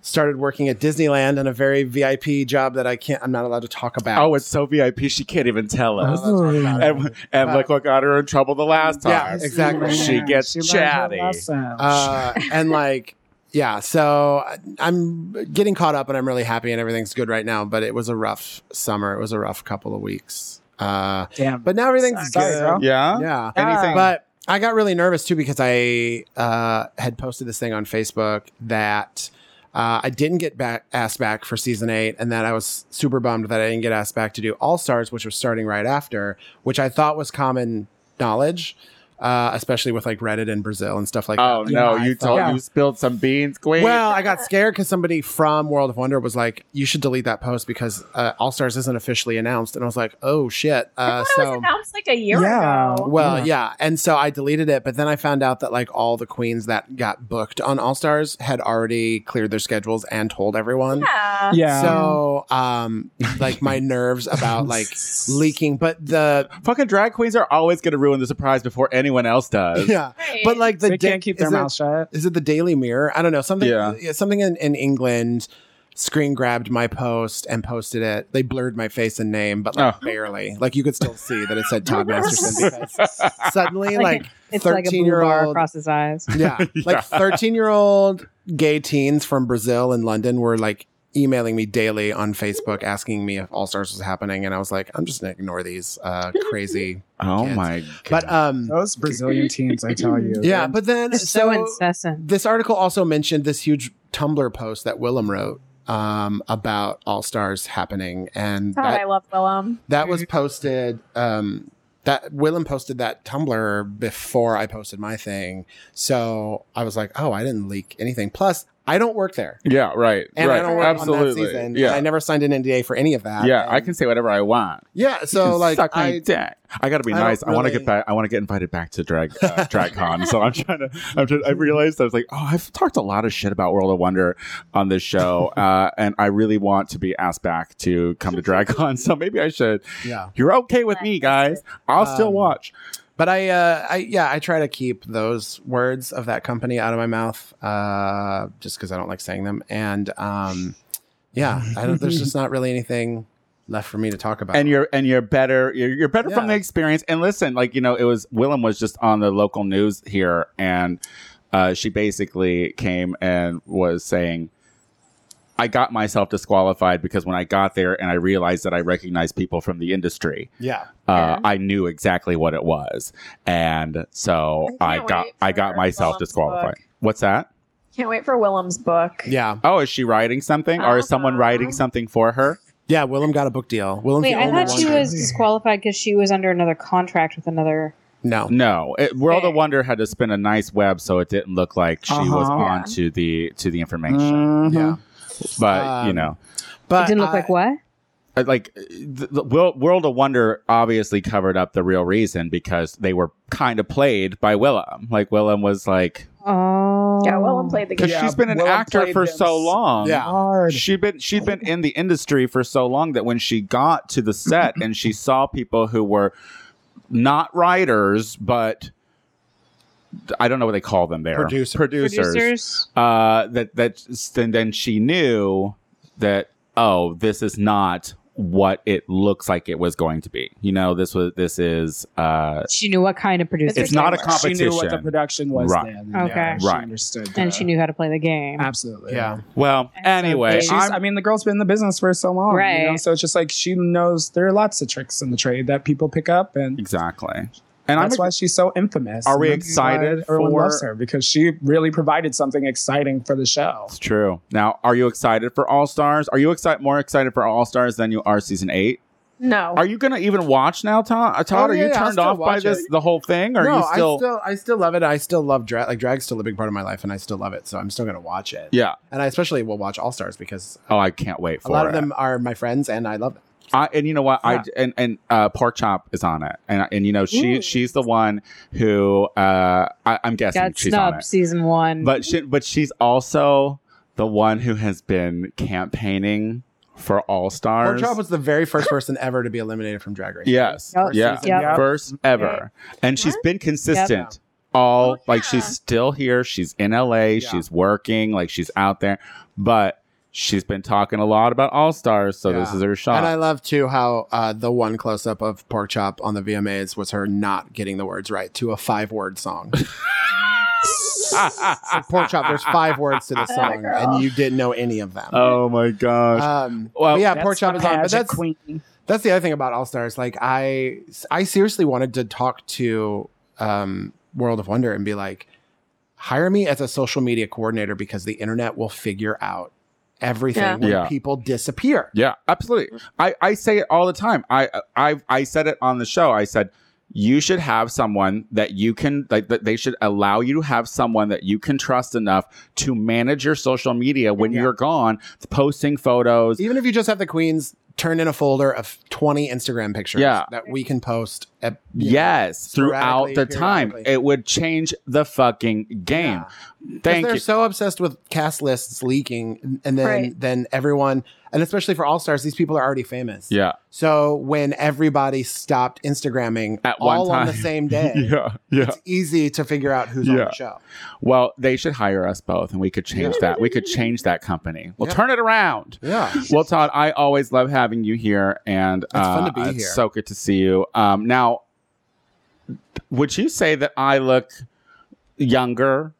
Speaker 5: started working at Disneyland and a very VIP job that I can't. I'm not allowed to talk about.
Speaker 1: oh, it's so VIP she can't even tell us.
Speaker 3: oh.
Speaker 1: and and look what got her in trouble the last time.
Speaker 5: Yeah, exactly.
Speaker 1: She gets
Speaker 3: learned her
Speaker 1: chatty.
Speaker 3: lesson.
Speaker 5: uh, and like yeah so I- i'm getting caught up and i'm really happy and everything's good right now but it was a rough summer it was a rough couple of weeks uh,
Speaker 3: Damn.
Speaker 5: but now everything's
Speaker 3: Sorry,
Speaker 5: good
Speaker 3: girl.
Speaker 1: Yeah.
Speaker 5: yeah
Speaker 3: Anything-
Speaker 5: but i got really nervous too because i uh, had posted this thing on facebook that uh, I didn't get back, asked back for season eight, and that I was super bummed that I didn't get asked back to do All Stars, which was starting right after, which I thought was common knowledge, uh, especially with like Reddit in Brazil and stuff like
Speaker 1: Oh
Speaker 5: that.
Speaker 1: no,
Speaker 5: I
Speaker 1: you
Speaker 5: thought-
Speaker 1: told you spilled some beans, Queen.
Speaker 5: *laughs* well, I got scared because somebody from World of Wonder was like, "You should delete that post because uh, All Stars isn't officially announced," and I was like, "Oh shit!"
Speaker 4: I
Speaker 5: Uh,
Speaker 4: thought it was
Speaker 5: so,
Speaker 4: announced like a year
Speaker 3: Yeah.
Speaker 4: ago.
Speaker 5: well, yeah, and so I deleted it, but then I found out that like all the queens that got booked on All Stars had already cleared their schedules and told everyone.
Speaker 4: Yeah.
Speaker 3: yeah.
Speaker 5: So, um,
Speaker 2: *laughs*
Speaker 5: like my nerves about like leaking, but the
Speaker 1: fucking drag queens are always going to ruin the surprise before anyone else
Speaker 2: Uh,
Speaker 1: does. *laughs*
Speaker 5: *laughs* yeah,
Speaker 4: Right.
Speaker 5: but like the
Speaker 3: they
Speaker 5: dick-
Speaker 3: can't keep their
Speaker 5: is it-
Speaker 3: mouth shut.
Speaker 5: is it the Daily Mirror? I don't know. Something
Speaker 1: Yeah.
Speaker 5: yeah, something in, in England screen grabbed my post and posted it. They blurred my face and name, but like
Speaker 1: Oh.
Speaker 5: barely. Like you could still see that it
Speaker 2: *laughs*
Speaker 5: said Todd Masterson because suddenly like
Speaker 2: It's like a
Speaker 5: 13
Speaker 2: blue
Speaker 5: year
Speaker 2: bar
Speaker 5: old
Speaker 2: across his eyes.
Speaker 5: yeah,
Speaker 1: *laughs* Yeah.
Speaker 5: like 13 year old gay teens from Brazil and London were like emailing me daily on Facebook asking me if All Stars was happening and I was like I'm just going to ignore these uh
Speaker 2: *laughs*
Speaker 5: crazy
Speaker 1: Oh
Speaker 5: Kids.
Speaker 1: my god.
Speaker 5: but um
Speaker 3: Those Brazilian teens, I tell you.
Speaker 5: yeah, but then
Speaker 2: Oh, It's so,
Speaker 5: so
Speaker 2: incessant.
Speaker 5: this article also mentioned this huge Tumblr post that Willem wrote um, about All Stars happening, and
Speaker 4: God, I
Speaker 5: that,
Speaker 4: love Willem.
Speaker 5: that was posted. Um, that Willem posted that Tumblr before I posted my thing, so I was like, "Oh, I didn't leak anything." Plus, I don't work there,
Speaker 1: yeah, right.
Speaker 5: and
Speaker 1: right.
Speaker 5: I don't work
Speaker 1: Absolutely.
Speaker 5: on that season. and I
Speaker 1: yeah.
Speaker 5: never signed an NDA for any of that.
Speaker 1: Yeah, I
Speaker 5: And-
Speaker 1: can say whatever I want.
Speaker 5: Yeah, so
Speaker 1: Just
Speaker 5: like
Speaker 1: suck my
Speaker 5: I,
Speaker 1: dick. I got to be
Speaker 5: I don't
Speaker 1: nice. I want to
Speaker 5: really-
Speaker 1: get back. I want to get invited back to drag uh, drag con. So I'm trying to. I'm trying, I realized I was like, oh, I've talked a lot of shit about World of Wonder on this
Speaker 5: *laughs*
Speaker 1: show, uh, and I really want to be asked back to come to drag con. So maybe I should.
Speaker 5: yeah,
Speaker 1: You're okay with me, guys? I'll still
Speaker 5: Um,
Speaker 1: watch.
Speaker 5: but I, uh, I yeah, I try to keep those words of that company out of my mouth, uh, just because I don't like saying them. And um, yeah, I don't, there's just not really anything left for me to talk about.
Speaker 1: and you're and you're better you're, you're better from
Speaker 5: Yeah.
Speaker 1: the experience and listen like you know it was willem was just on the local news here and uh, she basically came and was saying i got myself disqualified because when i got there and i realized that i recognized people from the industry
Speaker 5: yeah,
Speaker 1: uh, i knew exactly what it was and so
Speaker 4: I
Speaker 1: i,
Speaker 4: can't
Speaker 1: got
Speaker 4: wait
Speaker 1: i
Speaker 4: for
Speaker 1: got myself
Speaker 4: Willem's
Speaker 1: disqualified
Speaker 4: book.
Speaker 1: what's that
Speaker 4: Can't wait for Willem's book.
Speaker 5: yeah,
Speaker 1: oh is she writing something or is someone
Speaker 4: Uh-huh.
Speaker 1: writing something for her
Speaker 5: yeah. Willem got a book deal. Willem's
Speaker 2: Wait,
Speaker 5: the
Speaker 2: I
Speaker 5: only
Speaker 2: thought
Speaker 5: one.
Speaker 2: she
Speaker 5: who-
Speaker 2: was disqualified because she was under another contract with another.
Speaker 5: no.
Speaker 1: No, it, World of
Speaker 4: Okay.
Speaker 1: Wonder had to spin a nice web so it didn't look like she was
Speaker 3: Uh-huh.
Speaker 1: on to the to the information.
Speaker 3: Mhm.
Speaker 5: Yeah,
Speaker 1: But you
Speaker 5: Um,
Speaker 1: know,
Speaker 5: but
Speaker 2: It didn't look
Speaker 5: I-
Speaker 2: like what?
Speaker 1: I- like the, the Wo- World of Wonder obviously covered up the real reason because they were kind of played by Willem. Like Willem was like
Speaker 2: Oh,
Speaker 4: Yeah, Willem played the
Speaker 1: because
Speaker 4: game.
Speaker 3: Yeah,
Speaker 1: she's been an
Speaker 3: Willem
Speaker 1: actor
Speaker 3: played
Speaker 1: for
Speaker 3: him
Speaker 1: so
Speaker 3: s-
Speaker 1: long.
Speaker 5: Yeah.
Speaker 3: Hard.
Speaker 1: She'd been she'd been in the industry for so long that when she got to the set and she saw people who were not writers but I don't know what they call them there
Speaker 5: Producers.
Speaker 1: producers
Speaker 2: producers.
Speaker 1: uh, that that then then she knew that oh this is not what it looks like it was going to be you know this was this is uh
Speaker 2: She knew what kind of producer.
Speaker 1: it's not a
Speaker 2: she
Speaker 3: She knew what the
Speaker 1: competition
Speaker 3: production was
Speaker 1: Right.
Speaker 3: then.
Speaker 2: Okay.
Speaker 3: Yeah, she
Speaker 1: Right.
Speaker 3: understood
Speaker 2: was. and
Speaker 3: that.
Speaker 2: she knew how to play the game.
Speaker 3: Absolutely.
Speaker 5: Yeah,
Speaker 1: well
Speaker 2: And so
Speaker 1: anyway
Speaker 2: they-
Speaker 3: She's,
Speaker 1: I'm-
Speaker 3: I mean, the girl's been in the business for so long, you
Speaker 2: Right.
Speaker 3: know, so it's just like she knows there are lots of tricks in the trade that people pick up, and
Speaker 1: exactly and i'm
Speaker 3: that's why she's so infamous.
Speaker 1: Are
Speaker 3: and
Speaker 1: we
Speaker 3: that's why
Speaker 1: excited
Speaker 3: Everyone
Speaker 1: for-
Speaker 3: loves her because she really provided something exciting for the show.
Speaker 1: it's true now are you excited for all stars are you excited more excited for all stars than you are season eight
Speaker 4: No.
Speaker 1: Are you gonna even watch now, Todd? Uh, Todd,
Speaker 5: Oh,
Speaker 1: are
Speaker 5: yeah,
Speaker 1: you
Speaker 5: yeah, I'll
Speaker 1: turned
Speaker 5: still
Speaker 1: off by
Speaker 5: watch it.
Speaker 1: this the whole thing? Or are
Speaker 5: no,
Speaker 1: you still?
Speaker 5: I still I still love it. I still love drag. Like drag's still a big part of my life, and I still love it. So I'm still gonna watch it.
Speaker 1: Yeah.
Speaker 5: and I especially will watch All Stars because
Speaker 1: Oh, I can't wait for
Speaker 5: a lot
Speaker 1: it.
Speaker 5: of them are my friends, and I love them.
Speaker 1: I, and you know what?
Speaker 5: Yeah.
Speaker 1: I and and uh, pork chop is on it, and and you know she
Speaker 2: Ooh.
Speaker 1: she's the one who uh, I, I'm guessing
Speaker 2: Got
Speaker 1: she's on
Speaker 2: snubbed
Speaker 1: it,
Speaker 2: season one.
Speaker 1: but she, but she's also the one who has been campaigning for All
Speaker 5: Pork
Speaker 1: Stars.
Speaker 5: Chop was the very first person ever to be eliminated from Drag Race.
Speaker 1: Yes,
Speaker 2: Yep.
Speaker 1: yeah,
Speaker 5: season.
Speaker 2: Yep.
Speaker 3: Yep.
Speaker 1: first
Speaker 5: Mm-hmm.
Speaker 1: ever, and she's been consistent.
Speaker 2: Oh,
Speaker 1: All like she's still here. She's in LA. She's working. Like she's out there, but she's been talking a lot about All Stars. So this
Speaker 5: Yeah.
Speaker 1: is her shot.
Speaker 5: And
Speaker 1: *laughs*
Speaker 5: I love too how uh, the one close up of Pork Chop on the VMAs was her not getting the words right to a five
Speaker 1: *laughs*
Speaker 5: word song. so Pork Chop, there's five words to the song, and you didn't know any of them.
Speaker 1: oh my gosh!
Speaker 5: Um,
Speaker 1: Well,
Speaker 5: well, yeah,
Speaker 3: That's
Speaker 5: pork chop
Speaker 3: the
Speaker 5: is on, but
Speaker 3: pageant
Speaker 5: that's
Speaker 3: queen.
Speaker 5: that's the other thing about All Stars. Like, I I seriously wanted to talk to um, World of Wonder and be like, hire me as a social media coordinator because the internet will figure out everything
Speaker 4: Yeah.
Speaker 5: when
Speaker 1: Yeah.
Speaker 5: people disappear.
Speaker 1: Yeah, absolutely. I, I say it all the time. I I I said it on the show. I said you should have someone that you can like that they should allow you to have someone that you can trust enough to manage your social media when you're gone, posting photos.
Speaker 5: Even if you just have the queens turn in a folder of 20 Instagram pictures
Speaker 1: Yeah.
Speaker 5: that we can post at
Speaker 1: Yes, throughout the
Speaker 5: Sporadically,
Speaker 1: time.
Speaker 5: periodically.
Speaker 1: It would change the fucking game.
Speaker 5: Because
Speaker 1: Thank
Speaker 5: they're
Speaker 1: you.
Speaker 5: so obsessed with cast lists leaking, and- and then
Speaker 4: Right.
Speaker 5: then everyone, and especially for All Stars, these people are already famous.
Speaker 1: yeah.
Speaker 5: So when everybody stopped Instagramming
Speaker 1: At one
Speaker 5: all on the
Speaker 1: time. *laughs*
Speaker 5: same day,
Speaker 1: Yeah. Yeah.
Speaker 5: it's easy to figure out who's on
Speaker 1: Yeah.
Speaker 5: the show.
Speaker 1: Well, they should hire us both and we could change that. We could change that company. We'll
Speaker 5: Yeah.
Speaker 1: turn it around.
Speaker 5: Yeah.
Speaker 1: well, Todd, I always love having you here, and it's
Speaker 5: fun to be
Speaker 1: it's
Speaker 5: here.
Speaker 1: So good to see you. Um, now, would you say that I look younger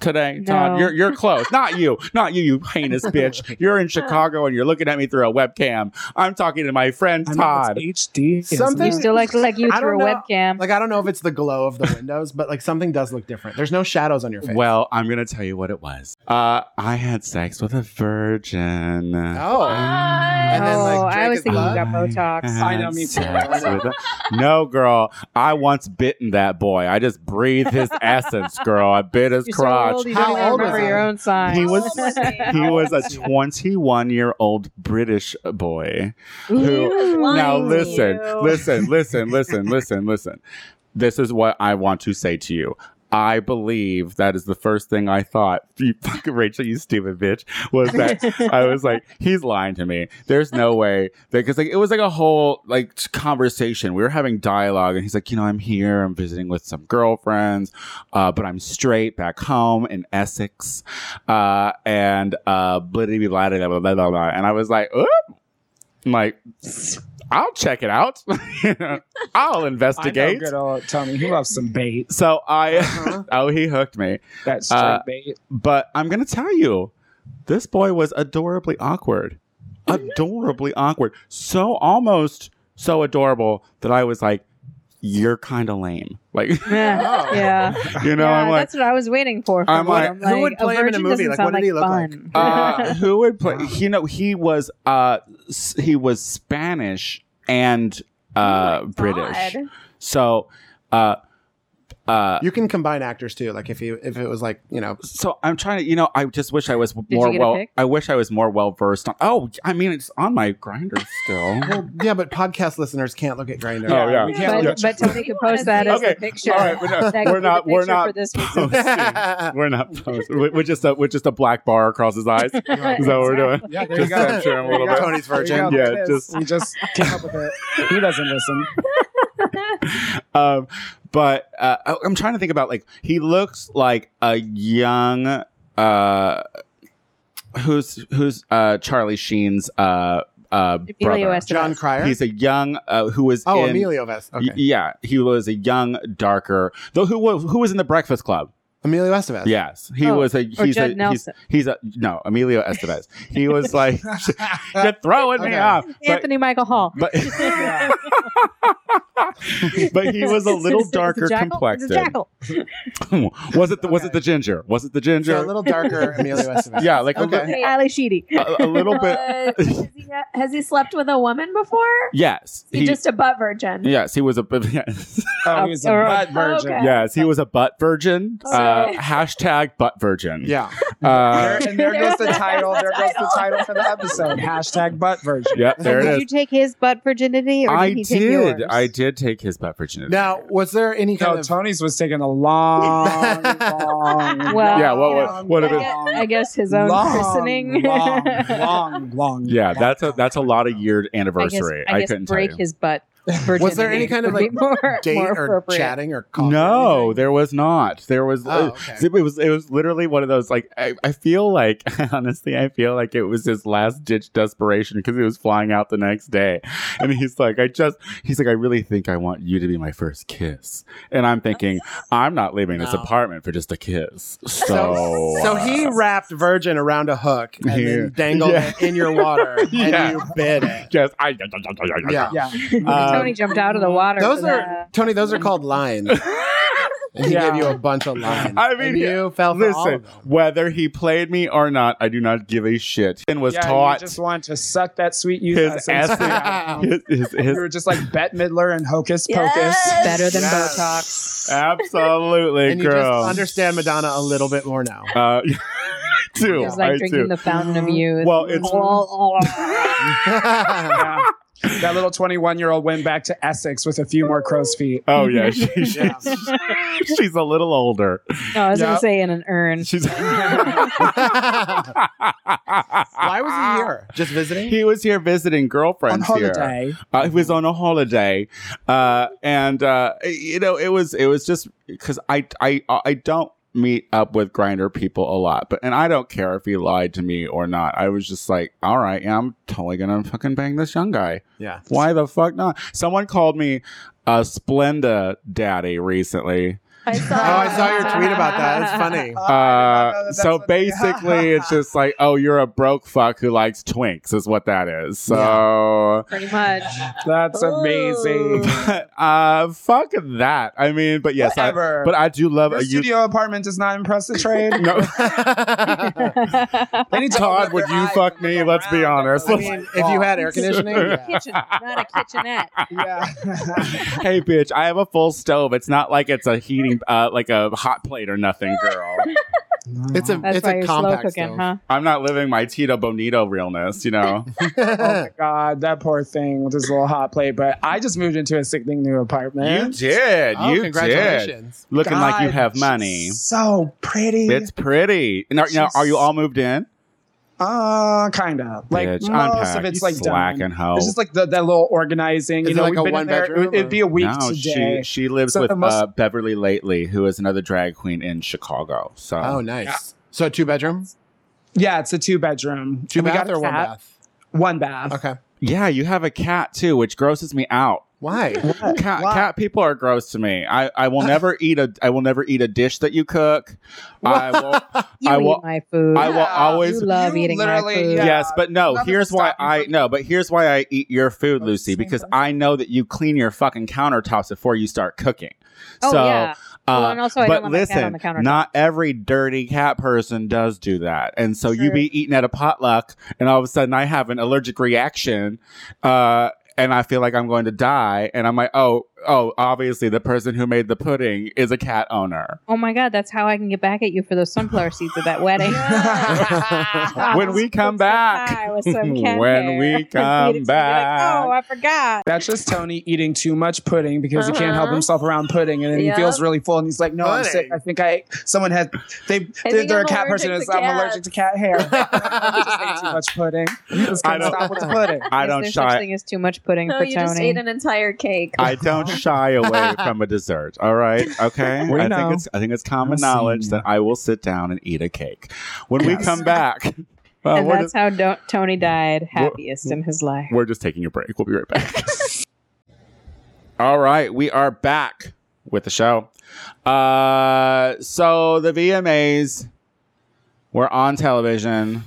Speaker 1: today,
Speaker 2: No.
Speaker 1: Todd? You're you're close. not you, not you, you heinous bitch. You're in Chicago and you're looking at me through a webcam. I'm talking to my friend
Speaker 3: I
Speaker 1: Todd.
Speaker 3: know it's HD. isn't
Speaker 5: Something-
Speaker 2: you
Speaker 3: it?
Speaker 2: still like like you
Speaker 5: I
Speaker 2: through a
Speaker 5: don't know.
Speaker 2: webcam.
Speaker 5: Like I don't know if it's the
Speaker 1: *laughs*
Speaker 5: glow of the windows, but like something does look different. There's no shadows on your face.
Speaker 1: Well, I'm gonna tell you what it was. Uh, I had sex with a virgin.
Speaker 5: oh,
Speaker 1: uh,
Speaker 5: and then, like,
Speaker 2: oh,
Speaker 5: Drake
Speaker 2: I was
Speaker 5: is
Speaker 2: thinking you
Speaker 5: love.
Speaker 2: got Botox.
Speaker 1: Uh-huh.
Speaker 3: I know, me too.
Speaker 1: no, girl. I once bitten that boy. I just breathed his essence, girl. I bit his
Speaker 2: You're so
Speaker 1: crotch.
Speaker 2: old, you
Speaker 5: How
Speaker 2: don't even
Speaker 5: old was
Speaker 2: remember your
Speaker 5: I?
Speaker 2: own sign.
Speaker 1: he
Speaker 4: Oh
Speaker 1: was
Speaker 4: my God.
Speaker 1: he was a 21 year old British boy.
Speaker 4: Ooh.
Speaker 2: Ooh.
Speaker 1: Now
Speaker 4: Blimey.
Speaker 1: listen,
Speaker 4: Ew.
Speaker 1: listen, listen, listen, listen, listen. This is what I want to say to you. I believe that is the first thing I thought. *laughs* You fucking Rachel, you stupid bitch. Was that I was like, he's lying to me. There's no way because like it was like a whole like conversation. We were having dialogue, and he's like, you know, I'm here. I'm visiting with some girlfriends, uh, but I'm straight back home in Essex, uh, and uh, blah, blah, blah, blah, blah, blah, blah, blah. And I was like, "Oop." I'm like, I'll check it out. *laughs* I'll
Speaker 3: I know
Speaker 1: investigate.
Speaker 3: good old Tony. He loves some bait.
Speaker 1: So I,
Speaker 3: Uh-huh.
Speaker 1: *laughs* oh, he hooked me.
Speaker 3: That straight
Speaker 1: Uh,
Speaker 3: bait.
Speaker 1: But I'm going to tell you, this boy was adorably awkward. Adorably awkward. So almost so adorable that I was like, you're kind of lame. Like,
Speaker 2: *laughs*
Speaker 1: *laughs*
Speaker 2: Yeah. yeah.
Speaker 1: you know,
Speaker 2: yeah,
Speaker 1: I'm like,
Speaker 2: that's what I was waiting for.
Speaker 1: I'm
Speaker 2: from
Speaker 1: like,
Speaker 2: him.
Speaker 5: who would
Speaker 2: Like,
Speaker 5: play him in a
Speaker 2: virgin
Speaker 5: movie?
Speaker 2: doesn't
Speaker 5: Like,
Speaker 2: sound
Speaker 5: what did he look like?
Speaker 2: fun.
Speaker 1: uh, who would play? You know, he was, uh, s- he was Spanish and, uh,
Speaker 4: Oh my
Speaker 1: British.
Speaker 4: God.
Speaker 1: So, uh, uh,
Speaker 5: you can combine actors too. Like if you if it was like you know
Speaker 1: so I'm trying to, you know, I just wish I was more
Speaker 2: get a
Speaker 1: well.
Speaker 2: pic?
Speaker 1: I wish I was more well versed on. Oh, I mean, it's on my grinder
Speaker 2: *laughs*
Speaker 1: still.
Speaker 5: well yeah, but podcast listeners can't look at Grindr.
Speaker 1: Oh, yeah.
Speaker 3: we can't
Speaker 2: But,
Speaker 3: look
Speaker 1: Yeah.
Speaker 3: at
Speaker 2: but Tony could
Speaker 4: wanna
Speaker 1: *laughs*
Speaker 2: post that
Speaker 4: see
Speaker 2: as
Speaker 1: Okay,
Speaker 2: the picture.
Speaker 1: all right, we're not-
Speaker 2: That could
Speaker 1: we're
Speaker 2: be the
Speaker 1: not- we're
Speaker 2: picture
Speaker 1: not-
Speaker 2: For this week's
Speaker 1: *laughs*
Speaker 5: *laughs*
Speaker 1: We're not posting. We're, we're just a we're just a black bar across his eyes. Is that what we're doing?
Speaker 3: Yeah, there
Speaker 1: Just
Speaker 3: you go.
Speaker 1: censor him a
Speaker 3: There you
Speaker 1: little bit.
Speaker 3: go.
Speaker 5: Tony's
Speaker 3: There you
Speaker 5: virgin.
Speaker 3: go.
Speaker 1: Yeah,
Speaker 3: There it is.
Speaker 1: just-
Speaker 3: we just came up with it. He doesn't listen.
Speaker 1: Um, but uh, I- I'm trying to think about like he looks like a young uh, who's who's uh Charlie Sheen's uh uh
Speaker 2: Emilio
Speaker 1: brother.
Speaker 2: Estevez.
Speaker 5: John Cryer.
Speaker 1: He's a young uh, who was
Speaker 5: oh,
Speaker 1: in,
Speaker 5: Emilio Vest. Okay.
Speaker 1: Y- E Yeah, he was a young, darker. Though who was who was in the Breakfast Club?
Speaker 5: Emilio Estevez.
Speaker 1: Yes, he
Speaker 2: Oh,
Speaker 1: was a
Speaker 2: or
Speaker 1: he's
Speaker 2: Judd
Speaker 1: a he's,
Speaker 2: Nelson.
Speaker 1: he's a no Emilio Estevez. He was
Speaker 2: *laughs*
Speaker 1: like *laughs* you're throwing me
Speaker 5: Okay.
Speaker 1: off. But, *laughs*
Speaker 2: *laughs* Anthony Michael Hall.
Speaker 1: but
Speaker 3: Yeah.
Speaker 1: but he was a little
Speaker 2: It's
Speaker 1: darker
Speaker 2: jackal. It's a
Speaker 1: complexion.
Speaker 2: jackal.
Speaker 1: was it the, was it the ginger? Was it the ginger?
Speaker 5: So a little darker, Emilio Estevez.
Speaker 1: yeah, like a,
Speaker 5: Okay.
Speaker 1: li-
Speaker 4: Hey,
Speaker 2: Ali Sheedy.
Speaker 1: a, a little bit.
Speaker 4: But has, he, uh, has he slept with a woman before?
Speaker 2: *laughs*
Speaker 1: Yes,
Speaker 4: He, just a butt virgin.
Speaker 1: Yes, he was a *laughs* yes.
Speaker 3: Oh, he's a
Speaker 2: Or-
Speaker 3: butt virgin.
Speaker 4: Okay.
Speaker 1: yes, he was a butt virgin. Uh,
Speaker 4: Sorry.
Speaker 1: hashtag butt virgin.
Speaker 5: Yeah.
Speaker 1: Uh,
Speaker 3: There- and there goes the
Speaker 4: There's
Speaker 3: title.
Speaker 4: the
Speaker 3: There goes the
Speaker 4: title.
Speaker 3: title for the episode. Hashtag butt virgin.
Speaker 1: yep, there
Speaker 2: did
Speaker 1: it
Speaker 2: you
Speaker 1: is.
Speaker 2: take his butt virginity, or
Speaker 1: I
Speaker 2: did he take yours?
Speaker 1: did. I did take his butt virginity.
Speaker 5: Now, was there any kind
Speaker 3: No,
Speaker 5: of
Speaker 3: Tony's was taking a long,
Speaker 5: *laughs*
Speaker 3: long,
Speaker 2: Well,
Speaker 1: yeah, what would what have
Speaker 2: I
Speaker 1: been?
Speaker 2: guess, I guess his own
Speaker 3: long,
Speaker 2: christening. *laughs*
Speaker 3: long, long, long.
Speaker 1: Yeah, that's a
Speaker 3: long.
Speaker 1: that's a lot of year
Speaker 2: I guess,
Speaker 1: anniversary. I,
Speaker 2: I guess
Speaker 1: couldn't
Speaker 2: break
Speaker 1: tell you.
Speaker 2: his butt. Virginity
Speaker 5: *laughs* Was there any kind of,
Speaker 2: would be
Speaker 5: like,
Speaker 2: more,
Speaker 5: date
Speaker 2: more
Speaker 5: or
Speaker 2: appropriate.
Speaker 5: chatting or coffee? or
Speaker 1: No,
Speaker 5: anything?
Speaker 1: there was not. There was.
Speaker 5: Oh,
Speaker 1: uh,
Speaker 5: okay.
Speaker 1: It was it was literally one of those like I, I feel like *laughs* honestly I feel like it was his last ditch desperation because he was flying out the next day and he's like I just he's like I really think I want you to be my first kiss and I'm thinking I'm not leaving this
Speaker 5: Oh. No.
Speaker 1: apartment for just a kiss so
Speaker 5: So,
Speaker 1: *laughs*
Speaker 5: so he wrapped virgin around a hook and
Speaker 1: Yeah.
Speaker 5: then dangled
Speaker 1: Yeah.
Speaker 5: it in
Speaker 1: *laughs*
Speaker 5: your water
Speaker 1: Yeah.
Speaker 5: and you bit it.
Speaker 1: yes I
Speaker 5: Yeah.
Speaker 1: *laughs*
Speaker 3: Yeah.
Speaker 5: Um,
Speaker 2: Tony jumped out of the water.
Speaker 5: Those
Speaker 2: for
Speaker 5: are
Speaker 2: that.
Speaker 5: Tony. Those are called
Speaker 1: *laughs*
Speaker 5: lines. And he
Speaker 3: Yeah.
Speaker 5: gave you a bunch of lines.
Speaker 1: I mean,
Speaker 5: and you fell for all
Speaker 1: Listen,
Speaker 5: of them.
Speaker 1: whether he played me or not, I do not give a shit. And was
Speaker 3: yeah,
Speaker 1: taught
Speaker 3: You just want to suck that sweet youth
Speaker 1: his
Speaker 3: essence.
Speaker 1: ass. *laughs* His, his,
Speaker 3: you
Speaker 1: his,
Speaker 5: *laughs*
Speaker 3: were just like Bette Midler and Hocus
Speaker 4: Yes.
Speaker 1: *laughs*
Speaker 3: Pocus.
Speaker 2: better than
Speaker 5: Yes.
Speaker 2: Botox.
Speaker 1: absolutely,
Speaker 5: And you
Speaker 1: girl.
Speaker 5: just understand Madonna a little bit
Speaker 1: *laughs*
Speaker 5: more now. *laughs*
Speaker 1: Uh, too.
Speaker 2: It was like
Speaker 1: I
Speaker 2: drinking
Speaker 1: do.
Speaker 2: the fountain of youth.
Speaker 1: Well,
Speaker 2: *laughs*
Speaker 1: it's-
Speaker 3: Yeah. That little 21 year old went back to Essex with a few more crow's feet.
Speaker 1: oh yeah,
Speaker 2: *laughs*
Speaker 1: she, she-
Speaker 5: Yeah.
Speaker 1: *laughs* she's a little older.
Speaker 2: no, I was
Speaker 3: Yeah.
Speaker 2: gonna say in an
Speaker 1: *laughs*
Speaker 2: urn. *laughs*
Speaker 1: She's.
Speaker 5: Why
Speaker 1: Why
Speaker 5: was he here? Just visiting?
Speaker 1: *laughs* He was here visiting
Speaker 3: On
Speaker 1: girlfriends here.
Speaker 3: holiday.
Speaker 1: I was on a holiday, uh, and uh, you know it was it was just because I I I don't meet up with grinder people a lot, but and I don't care if he lied to me or not. I was just like, all right, yeah, I'm totally gonna fucking bang this young guy.
Speaker 5: Yeah.
Speaker 1: Why the fuck not? Someone called me a Splenda daddy recently.
Speaker 4: I
Speaker 5: *laughs* Oh,
Speaker 4: saw,
Speaker 5: I saw your tweet about that. It's funny.
Speaker 3: Oh, I did not know
Speaker 1: Uh,
Speaker 3: that
Speaker 1: so
Speaker 3: that's what they-
Speaker 1: basically, it's just like, oh, you're a broke fuck who likes twinks, is what that is. So,
Speaker 2: Pretty much.
Speaker 3: That's amazing.
Speaker 1: *laughs* uh, fuck that. I mean, but yes, I,
Speaker 3: Whatever.
Speaker 1: but I do love
Speaker 3: Your
Speaker 1: a you.
Speaker 3: studio apartment does not impress the trade.
Speaker 1: *laughs* No,
Speaker 2: I
Speaker 3: Any
Speaker 1: Todd, would you fuck me? Let's be honest.
Speaker 3: *laughs*
Speaker 5: I mean, *laughs* if *laughs* you had air conditioning, yeah.
Speaker 2: kitchen, not a kitchenette.
Speaker 5: *laughs*
Speaker 3: yeah.
Speaker 1: *laughs* hey, bitch, I have a full stove. It's not like it's a heating, uh, like a hot plate or nothing,
Speaker 3: *laughs*
Speaker 1: girl.
Speaker 5: it's a
Speaker 2: That's
Speaker 5: it's
Speaker 2: why
Speaker 5: a
Speaker 2: you're slow
Speaker 5: compact
Speaker 2: cooking,
Speaker 5: stove.
Speaker 2: huh?
Speaker 1: I'm not living my Tito Bonito realness, you know?
Speaker 5: *laughs*
Speaker 3: oh my god, that poor thing with his little hot plate. But I just moved into a sickening new
Speaker 1: you
Speaker 3: apartment.
Speaker 1: did.
Speaker 5: Oh,
Speaker 1: you did.
Speaker 5: congratulations.
Speaker 1: Looking like you
Speaker 3: God,
Speaker 1: have
Speaker 3: she's
Speaker 1: money.
Speaker 3: So pretty.
Speaker 1: It's pretty. And are, now, are you all moved in?
Speaker 3: uh kind of like
Speaker 1: Bitch, unpack,
Speaker 3: most of it's
Speaker 1: you
Speaker 3: like
Speaker 1: slacking
Speaker 3: done.
Speaker 1: hoe.
Speaker 3: It's just like the, that little organizing.
Speaker 5: Is
Speaker 3: you
Speaker 5: it
Speaker 3: know,
Speaker 5: like
Speaker 3: we've
Speaker 5: a
Speaker 3: been in there.
Speaker 5: one-bedroom
Speaker 3: It would be a week
Speaker 1: no, she
Speaker 3: today.
Speaker 1: she lives
Speaker 3: So
Speaker 1: with
Speaker 3: the most-
Speaker 1: uh, Beverly Lately, who is another drag queen in Chicago. So
Speaker 5: Oh, nice. So two bedroom,
Speaker 3: yeah, it's a two bedroom.
Speaker 5: two
Speaker 3: And we
Speaker 5: bath
Speaker 3: got
Speaker 5: or
Speaker 3: a
Speaker 5: one
Speaker 3: cat.
Speaker 5: bath?
Speaker 3: One bath.
Speaker 5: Okay.
Speaker 1: yeah, you have a cat too, which grosses me out.
Speaker 5: Why?
Speaker 1: Cat,
Speaker 3: Why?
Speaker 1: cat people are gross to me. I, I
Speaker 3: *laughs*
Speaker 1: will never eat a I will never eat a dish that you cook. I will
Speaker 2: You
Speaker 1: I
Speaker 2: eat
Speaker 1: will
Speaker 2: my food.
Speaker 1: I will always
Speaker 2: you love eating my
Speaker 3: literally-
Speaker 2: food.
Speaker 3: yeah.
Speaker 1: Yes, but no,
Speaker 3: Nothing
Speaker 1: here's
Speaker 3: to
Speaker 1: why
Speaker 3: stop you
Speaker 1: I
Speaker 3: from-
Speaker 1: no, but here's why I eat your food,
Speaker 3: Oh, it's
Speaker 1: Lucy,
Speaker 3: the same
Speaker 1: because
Speaker 3: thing.
Speaker 1: I know that you clean your fucking countertops before you start cooking.
Speaker 2: Oh,
Speaker 1: so,
Speaker 2: yeah.
Speaker 1: uh,
Speaker 2: Well, and also I
Speaker 1: but
Speaker 2: don't want my cat
Speaker 1: listen,
Speaker 2: on the countertop.
Speaker 1: not every dirty cat person does do that, and so you be eating at a potluck, and all of a sudden I have an allergic reaction, uh, and I feel like I'm going to die, and I'm like, oh, oh, obviously the person who made the pudding is a cat
Speaker 2: *laughs*
Speaker 1: owner.
Speaker 2: Oh my god, that's how I can get back at you for those sunflower seeds at that wedding. *laughs*
Speaker 1: When we come back. *laughs*
Speaker 2: *laughs*
Speaker 1: When we come back.
Speaker 2: oh, I forgot.
Speaker 3: That's just Tony eating too much pudding because he can't help
Speaker 4: Uh-huh.
Speaker 3: himself around pudding, and then
Speaker 4: Yeah.
Speaker 3: he feels really full, and he's like, "No, I'm
Speaker 5: Pudding.
Speaker 3: sick. I think I someone had they they're,
Speaker 4: think
Speaker 3: they're a
Speaker 4: I'm
Speaker 3: cat person.
Speaker 4: allergic
Speaker 3: And
Speaker 4: to
Speaker 3: I'm allergic to cat hair. I just ate too much pudding. You just
Speaker 1: I
Speaker 3: can't
Speaker 1: don't-
Speaker 3: stop with the
Speaker 2: *laughs*
Speaker 3: pudding.
Speaker 1: I
Speaker 2: Is
Speaker 1: don't
Speaker 2: there
Speaker 1: shy.
Speaker 2: such thing as too much pudding
Speaker 4: No,
Speaker 2: for
Speaker 4: you
Speaker 2: Tony.
Speaker 4: just ate an entire cake.
Speaker 5: Uh,
Speaker 1: I don't shy *laughs* away from a dessert. All right. Okay.
Speaker 3: We
Speaker 1: I
Speaker 3: know.
Speaker 1: think it's I think it's common
Speaker 3: I've seen
Speaker 1: knowledge
Speaker 3: you.
Speaker 1: that I will sit down and eat a cake. When we
Speaker 3: Yes.
Speaker 1: come *laughs* back, uh,
Speaker 2: and
Speaker 1: we're,
Speaker 2: that's
Speaker 1: just,
Speaker 2: how do- Tony died happiest in his life.
Speaker 1: we're just taking a break. We'll be right back. *laughs* All right, we are back with the show. Uh so the VMAs We're on *laughs* television.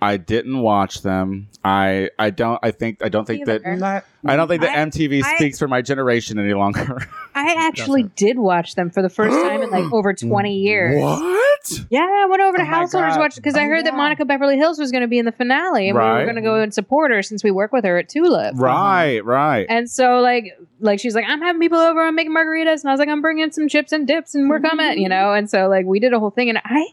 Speaker 1: I didn't watch them. I I don't I think I don't think that
Speaker 3: Not-
Speaker 1: I don't think that
Speaker 2: I-
Speaker 1: MTV
Speaker 2: I-
Speaker 1: speaks for my generation any longer.
Speaker 2: I actually did watch them for the first time in
Speaker 1: *gasps*
Speaker 2: like over 20 years.
Speaker 5: What?
Speaker 2: Yeah, I went over to
Speaker 3: Oh my
Speaker 2: Householders
Speaker 3: God.
Speaker 2: watch because I
Speaker 3: Oh,
Speaker 2: heard that
Speaker 3: yeah.
Speaker 2: Monica Beverly Hills was going to be in the finale, and we
Speaker 1: Right.
Speaker 2: were going to go and support her since we work with her at Tulip.
Speaker 1: right, right.
Speaker 2: And so, like, like she's like, I'm having people over, I'm making margaritas, and I was like, I'm bringing some chips and dips, and we're coming, you know. And so, like, we did a whole thing, and I,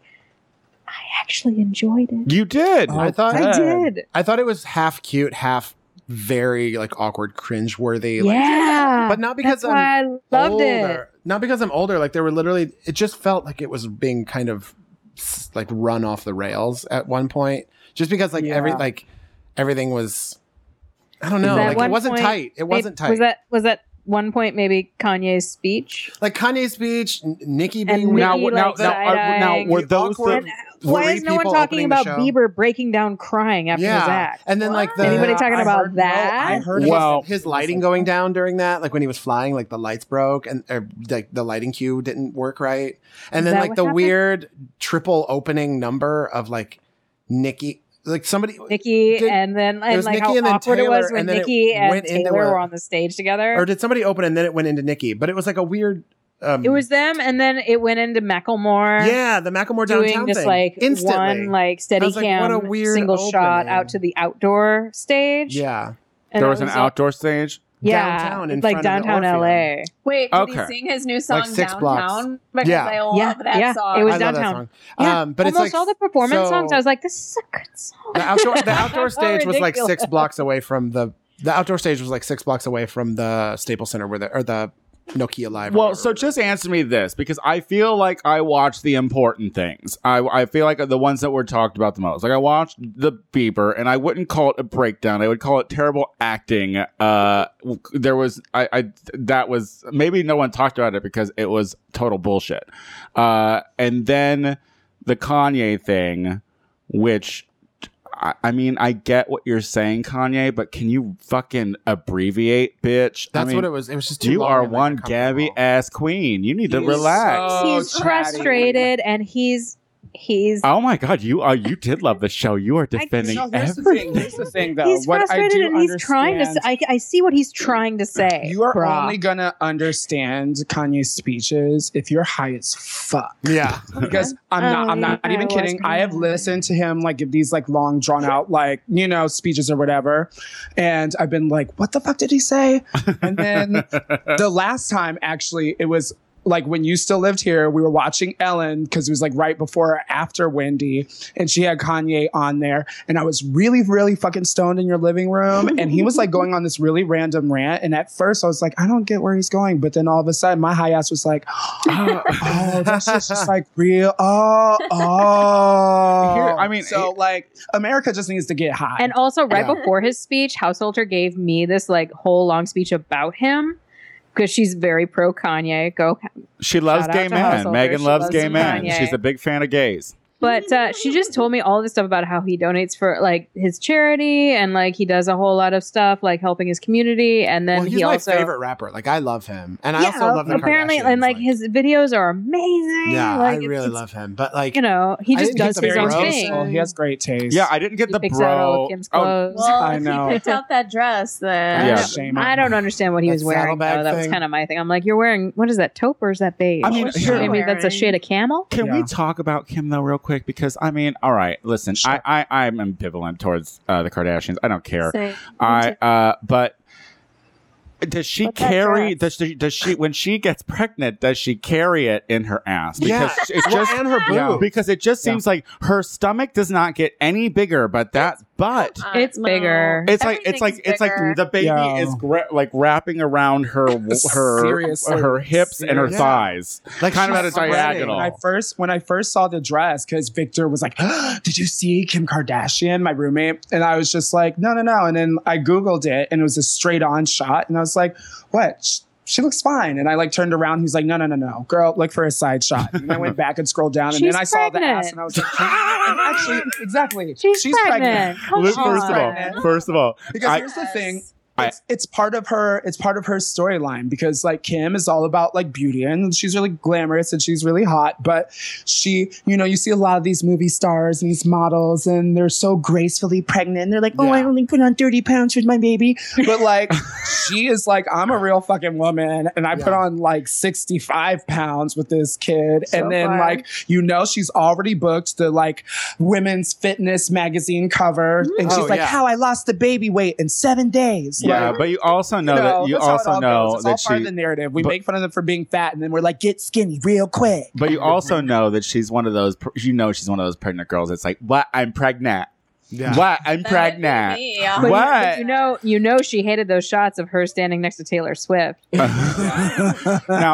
Speaker 2: I actually enjoyed it.
Speaker 1: You did.
Speaker 3: Oh,
Speaker 5: I thought
Speaker 2: I
Speaker 3: Good.
Speaker 2: did.
Speaker 5: I thought it was half cute, half very like awkward, cringeworthy. Like,
Speaker 2: Yeah,
Speaker 5: but not because
Speaker 2: that's why I
Speaker 5: I'm
Speaker 2: loved it.
Speaker 5: older. Not because I'm older. Like there were literally, it just felt like it was being kind of s- like run off the rails at one point. Just because like every
Speaker 3: Yeah.
Speaker 5: like everything was, I don't know,
Speaker 2: that
Speaker 5: like it
Speaker 2: one
Speaker 5: wasn't
Speaker 2: point-
Speaker 5: tight. It wasn't
Speaker 2: Maybe-
Speaker 5: tight.
Speaker 2: Was that was that one point maybe Kanye's speech?
Speaker 5: like Kanye's speech, N- Nicki being
Speaker 2: And
Speaker 5: weird.
Speaker 1: now,
Speaker 2: Nikki,
Speaker 1: now,
Speaker 2: like,
Speaker 1: now, are- now
Speaker 2: side-eyeing.
Speaker 1: were those the,
Speaker 5: Awkward.
Speaker 2: Why
Speaker 5: Three
Speaker 2: is no one
Speaker 5: people
Speaker 2: talking
Speaker 5: opening the
Speaker 2: about
Speaker 5: show.
Speaker 2: Bieber breaking down crying after his act?
Speaker 5: and then like the
Speaker 2: Anybody talking
Speaker 3: I
Speaker 2: about
Speaker 3: heard-
Speaker 2: that?
Speaker 3: No, I heard
Speaker 1: Wow.
Speaker 3: about
Speaker 5: his lighting going down during that, like when he was flying, like the lights broke and or, like the lighting cue didn't work right,
Speaker 2: Is
Speaker 5: and then
Speaker 2: that
Speaker 5: like
Speaker 2: what
Speaker 5: the
Speaker 2: happened?
Speaker 5: weird triple opening number of like Nikki, like somebody.
Speaker 2: Nikki
Speaker 5: Did-
Speaker 2: and then
Speaker 5: it
Speaker 2: and
Speaker 5: was
Speaker 2: like
Speaker 5: Nikki
Speaker 2: how
Speaker 5: and then
Speaker 2: awkward it
Speaker 5: Taylor,
Speaker 2: was when
Speaker 5: and then it
Speaker 2: Nikki and
Speaker 5: went into
Speaker 2: Taylor
Speaker 5: a-
Speaker 2: were on the stage together.
Speaker 5: or did somebody open and then it went into Nikki? But it was like a weird. Um,
Speaker 2: it was them, and then it went into Macklemore.
Speaker 5: yeah, the Macklemore
Speaker 2: doing
Speaker 5: downtown
Speaker 2: just
Speaker 5: thing.
Speaker 2: like
Speaker 5: instantly.
Speaker 2: one like
Speaker 5: I
Speaker 2: steady
Speaker 5: was like, what a weird
Speaker 2: single shot
Speaker 5: opening.
Speaker 2: out to the outdoor stage.
Speaker 5: yeah,
Speaker 2: And
Speaker 1: there
Speaker 2: it
Speaker 1: was an
Speaker 2: all-
Speaker 1: outdoor stage.
Speaker 2: yeah,
Speaker 5: downtown in
Speaker 2: like
Speaker 5: front of the
Speaker 2: downtown
Speaker 5: Orpheum.
Speaker 2: LA.
Speaker 4: Wait, did
Speaker 1: Okay.
Speaker 4: he sing his new song
Speaker 5: six blocks.
Speaker 4: Downtown? Because
Speaker 5: Yeah.
Speaker 4: I love
Speaker 2: Yeah,
Speaker 4: that
Speaker 2: yeah,
Speaker 4: song.
Speaker 2: it was
Speaker 5: I love that
Speaker 2: downtown.
Speaker 5: song.
Speaker 2: Yeah,
Speaker 5: um, but
Speaker 2: Almost
Speaker 5: it's like
Speaker 2: all the performance
Speaker 5: so-
Speaker 2: songs, I was like, this is a good song.
Speaker 5: The outdoor
Speaker 2: *laughs*
Speaker 5: the outdoor
Speaker 2: So
Speaker 5: stage was like six
Speaker 2: ridiculous.
Speaker 5: blocks away from the the outdoor stage was like six blocks away from the Staples Center where the or the Nokia Live. or
Speaker 1: Well,
Speaker 5: whatever.
Speaker 1: so just answer me this because I feel like I watched the important things. I, I feel like the ones that were talked about the most. Like I watched the Bieber, and I wouldn't call it a breakdown. I would call it terrible acting. Uh, w- there was I, I that was maybe no one talked about it because it was total bullshit. Uh, and then the Kanye thing, which. I I mean, I get what you're saying, Kanye, but can you fucking abbreviate, bitch? I
Speaker 5: that's
Speaker 1: mean,
Speaker 5: what it was. It was just too
Speaker 1: you
Speaker 5: long
Speaker 1: are
Speaker 5: and, like,
Speaker 1: one
Speaker 5: uncomfortable.
Speaker 1: Gabby ass queen. You need to
Speaker 2: *laughs*
Speaker 3: He's
Speaker 1: relax.
Speaker 5: Oh,
Speaker 3: so
Speaker 2: he's
Speaker 3: chatty.
Speaker 2: frustrated and he's
Speaker 3: Uh,
Speaker 2: he's
Speaker 1: oh my god, you are you did love the show. You are defending
Speaker 3: No, here's the
Speaker 1: everything.
Speaker 3: thing. Here's the thing, though.
Speaker 2: he's
Speaker 3: what I
Speaker 2: frustrated and
Speaker 3: do
Speaker 2: he's trying to s-
Speaker 3: understand-
Speaker 2: I, I see what he's trying to say
Speaker 3: You are
Speaker 2: bruh.
Speaker 3: only gonna understand Kanye's speeches if you're high as fuck.
Speaker 5: Yeah,
Speaker 3: Because I'm not,
Speaker 2: Oh,
Speaker 3: I'm not
Speaker 2: yeah, I
Speaker 3: even
Speaker 2: was
Speaker 3: kidding. I have
Speaker 2: high.
Speaker 3: listened to him like give these like long, drawn out like you know speeches or whatever, and I've been like, what the fuck did he say? And then the last time, actually, it was like when you still lived here, we were watching Ellen because it was like right before or after Wendy, and she had Kanye on there. And I was really, really fucking stoned in your living room. And he was
Speaker 1: *laughs*
Speaker 3: like going on this really random rant. And at first, I was like, I don't get where he's going. But then all of a sudden, my high ass was like, *gasps* oh, oh that's just like real. Oh, oh.
Speaker 1: Here- I mean,
Speaker 3: so
Speaker 1: it-
Speaker 3: like America just needs to get high.
Speaker 2: and also right
Speaker 5: Yeah.
Speaker 2: before his speech householder gave me this like whole long speech about him because she's very pro kanye go
Speaker 1: she loves
Speaker 2: Shout out
Speaker 1: gay
Speaker 2: to
Speaker 1: men.
Speaker 2: Householder.
Speaker 1: Megan
Speaker 2: She
Speaker 1: loves
Speaker 2: loves
Speaker 1: gay
Speaker 2: some
Speaker 1: men.
Speaker 2: Kanye.
Speaker 1: She's a big fan of gays.
Speaker 2: but uh, she just told me all this stuff about how he donates for like his charity and like he does a whole lot of stuff like helping his community and then
Speaker 5: well, he's
Speaker 2: he
Speaker 5: my
Speaker 2: also
Speaker 5: favorite rapper. Like I love him, and I also love the
Speaker 2: apparently
Speaker 5: Kardashians,
Speaker 2: and like, his videos are amazing
Speaker 5: Yeah,
Speaker 2: like,
Speaker 5: I
Speaker 2: it's-
Speaker 5: really
Speaker 2: it's-
Speaker 5: love him, but like
Speaker 2: you know he
Speaker 5: I
Speaker 2: just
Speaker 5: didn't get
Speaker 2: does
Speaker 5: the
Speaker 2: his
Speaker 5: very
Speaker 2: own
Speaker 5: roast.
Speaker 2: thing
Speaker 3: He has great taste.
Speaker 1: Yeah, I didn't get
Speaker 2: He
Speaker 1: the
Speaker 2: picks out all
Speaker 1: bro.
Speaker 2: of Kim's
Speaker 1: oh,
Speaker 2: clothes.
Speaker 4: Well,
Speaker 3: I
Speaker 4: if
Speaker 3: know.
Speaker 4: he picked out that dress, then
Speaker 1: Yeah.
Speaker 3: Shame
Speaker 2: I
Speaker 3: on-
Speaker 2: don't understand what he
Speaker 5: That
Speaker 2: was wearing.
Speaker 5: saddlebag
Speaker 2: Though. That was
Speaker 5: thing.
Speaker 2: kind of my thing. I'm like, you're wearing what is that taupe or is that beige?
Speaker 1: I mean,
Speaker 2: What's-
Speaker 1: sure.
Speaker 2: maybe that's a
Speaker 4: Wearing.
Speaker 2: shade of camel.
Speaker 1: Can we
Speaker 3: Yeah.
Speaker 1: talk about Kim though, real quick? Because I mean, all right, listen,
Speaker 3: Sure.
Speaker 1: I, I I'm ambivalent towards uh, the Kardashians. I don't care.
Speaker 4: Same.
Speaker 1: I uh but does she
Speaker 4: But that
Speaker 1: carry
Speaker 4: dress.
Speaker 1: does she, does she when she gets pregnant does she carry it in her ass because it
Speaker 5: well,
Speaker 1: just
Speaker 5: and her boobs.
Speaker 1: Yeah, because it just
Speaker 3: Yeah.
Speaker 1: seems like her stomach does not get any bigger but that butt
Speaker 4: Uh,
Speaker 2: It's
Speaker 4: no.
Speaker 2: bigger.
Speaker 1: it's like it's
Speaker 4: everything's
Speaker 1: like it's
Speaker 4: bigger.
Speaker 1: like the baby
Speaker 3: Yeah.
Speaker 1: is gra- like wrapping around her her
Speaker 3: Seriously.
Speaker 1: her hips and her
Speaker 5: Seriously.
Speaker 1: thighs
Speaker 5: *laughs* like
Speaker 1: kind of
Speaker 5: she's
Speaker 1: at a
Speaker 5: spreading.
Speaker 1: diagonal.
Speaker 3: When
Speaker 5: Like,
Speaker 3: I first when I first saw the dress, because Victor was like, *gasps* "Did you see Kim Kardashian, my roommate?" And I was just like, "No, no, no." And then I googled it, and it was a straight on shot, and I was like, "What?" Sh- She looks fine. And I like turned around. He's like, no, no, no, no. Girl, look for a side shot. And I went back and scrolled down. And
Speaker 2: She's
Speaker 3: then I saw the
Speaker 2: pregnant.
Speaker 3: ass and I was like, and actually, exactly.
Speaker 2: She's, pregnant. Come
Speaker 1: First of
Speaker 2: on.
Speaker 1: all, first of all,
Speaker 3: Because
Speaker 1: I-
Speaker 3: here's the thing it's, it's part of her it's part of her storyline because like kim is all about like beauty and she's really glamorous and she's really hot but she you know you see a lot of these movie stars and these models and they're so gracefully pregnant and they're like oh i
Speaker 5: Yeah.
Speaker 3: only put on 30 pounds with my baby but
Speaker 5: *laughs*
Speaker 3: like she is like i'm a real fucking woman and i put
Speaker 5: Yeah.
Speaker 3: on like 65 pounds with this kid
Speaker 4: So
Speaker 3: and then
Speaker 4: far.
Speaker 3: like you know she's already booked the like women's fitness magazine cover and she's
Speaker 5: Oh,
Speaker 3: like
Speaker 5: yeah.
Speaker 3: how i lost the baby weight in seven days Like,
Speaker 1: Yeah, but you also know that you
Speaker 3: that's how it
Speaker 1: also
Speaker 3: all goes.
Speaker 1: know
Speaker 3: it's all
Speaker 1: that
Speaker 3: part of
Speaker 1: she
Speaker 3: the narrative. We
Speaker 1: but-
Speaker 3: make fun of them for being fat, and then we're like, get skinny real quick. *laughs*
Speaker 1: But you also know that she's one of those. You know she's one of those pregnant girls. It's like, what? I'm pregnant.
Speaker 5: Yeah. *laughs*
Speaker 1: What? I'm
Speaker 4: That would
Speaker 1: pregnant.
Speaker 4: be me, yeah.
Speaker 2: But you- but
Speaker 1: What?
Speaker 2: You, know, you know, she hated those shots of her standing next to Taylor Swift.
Speaker 1: *laughs* now,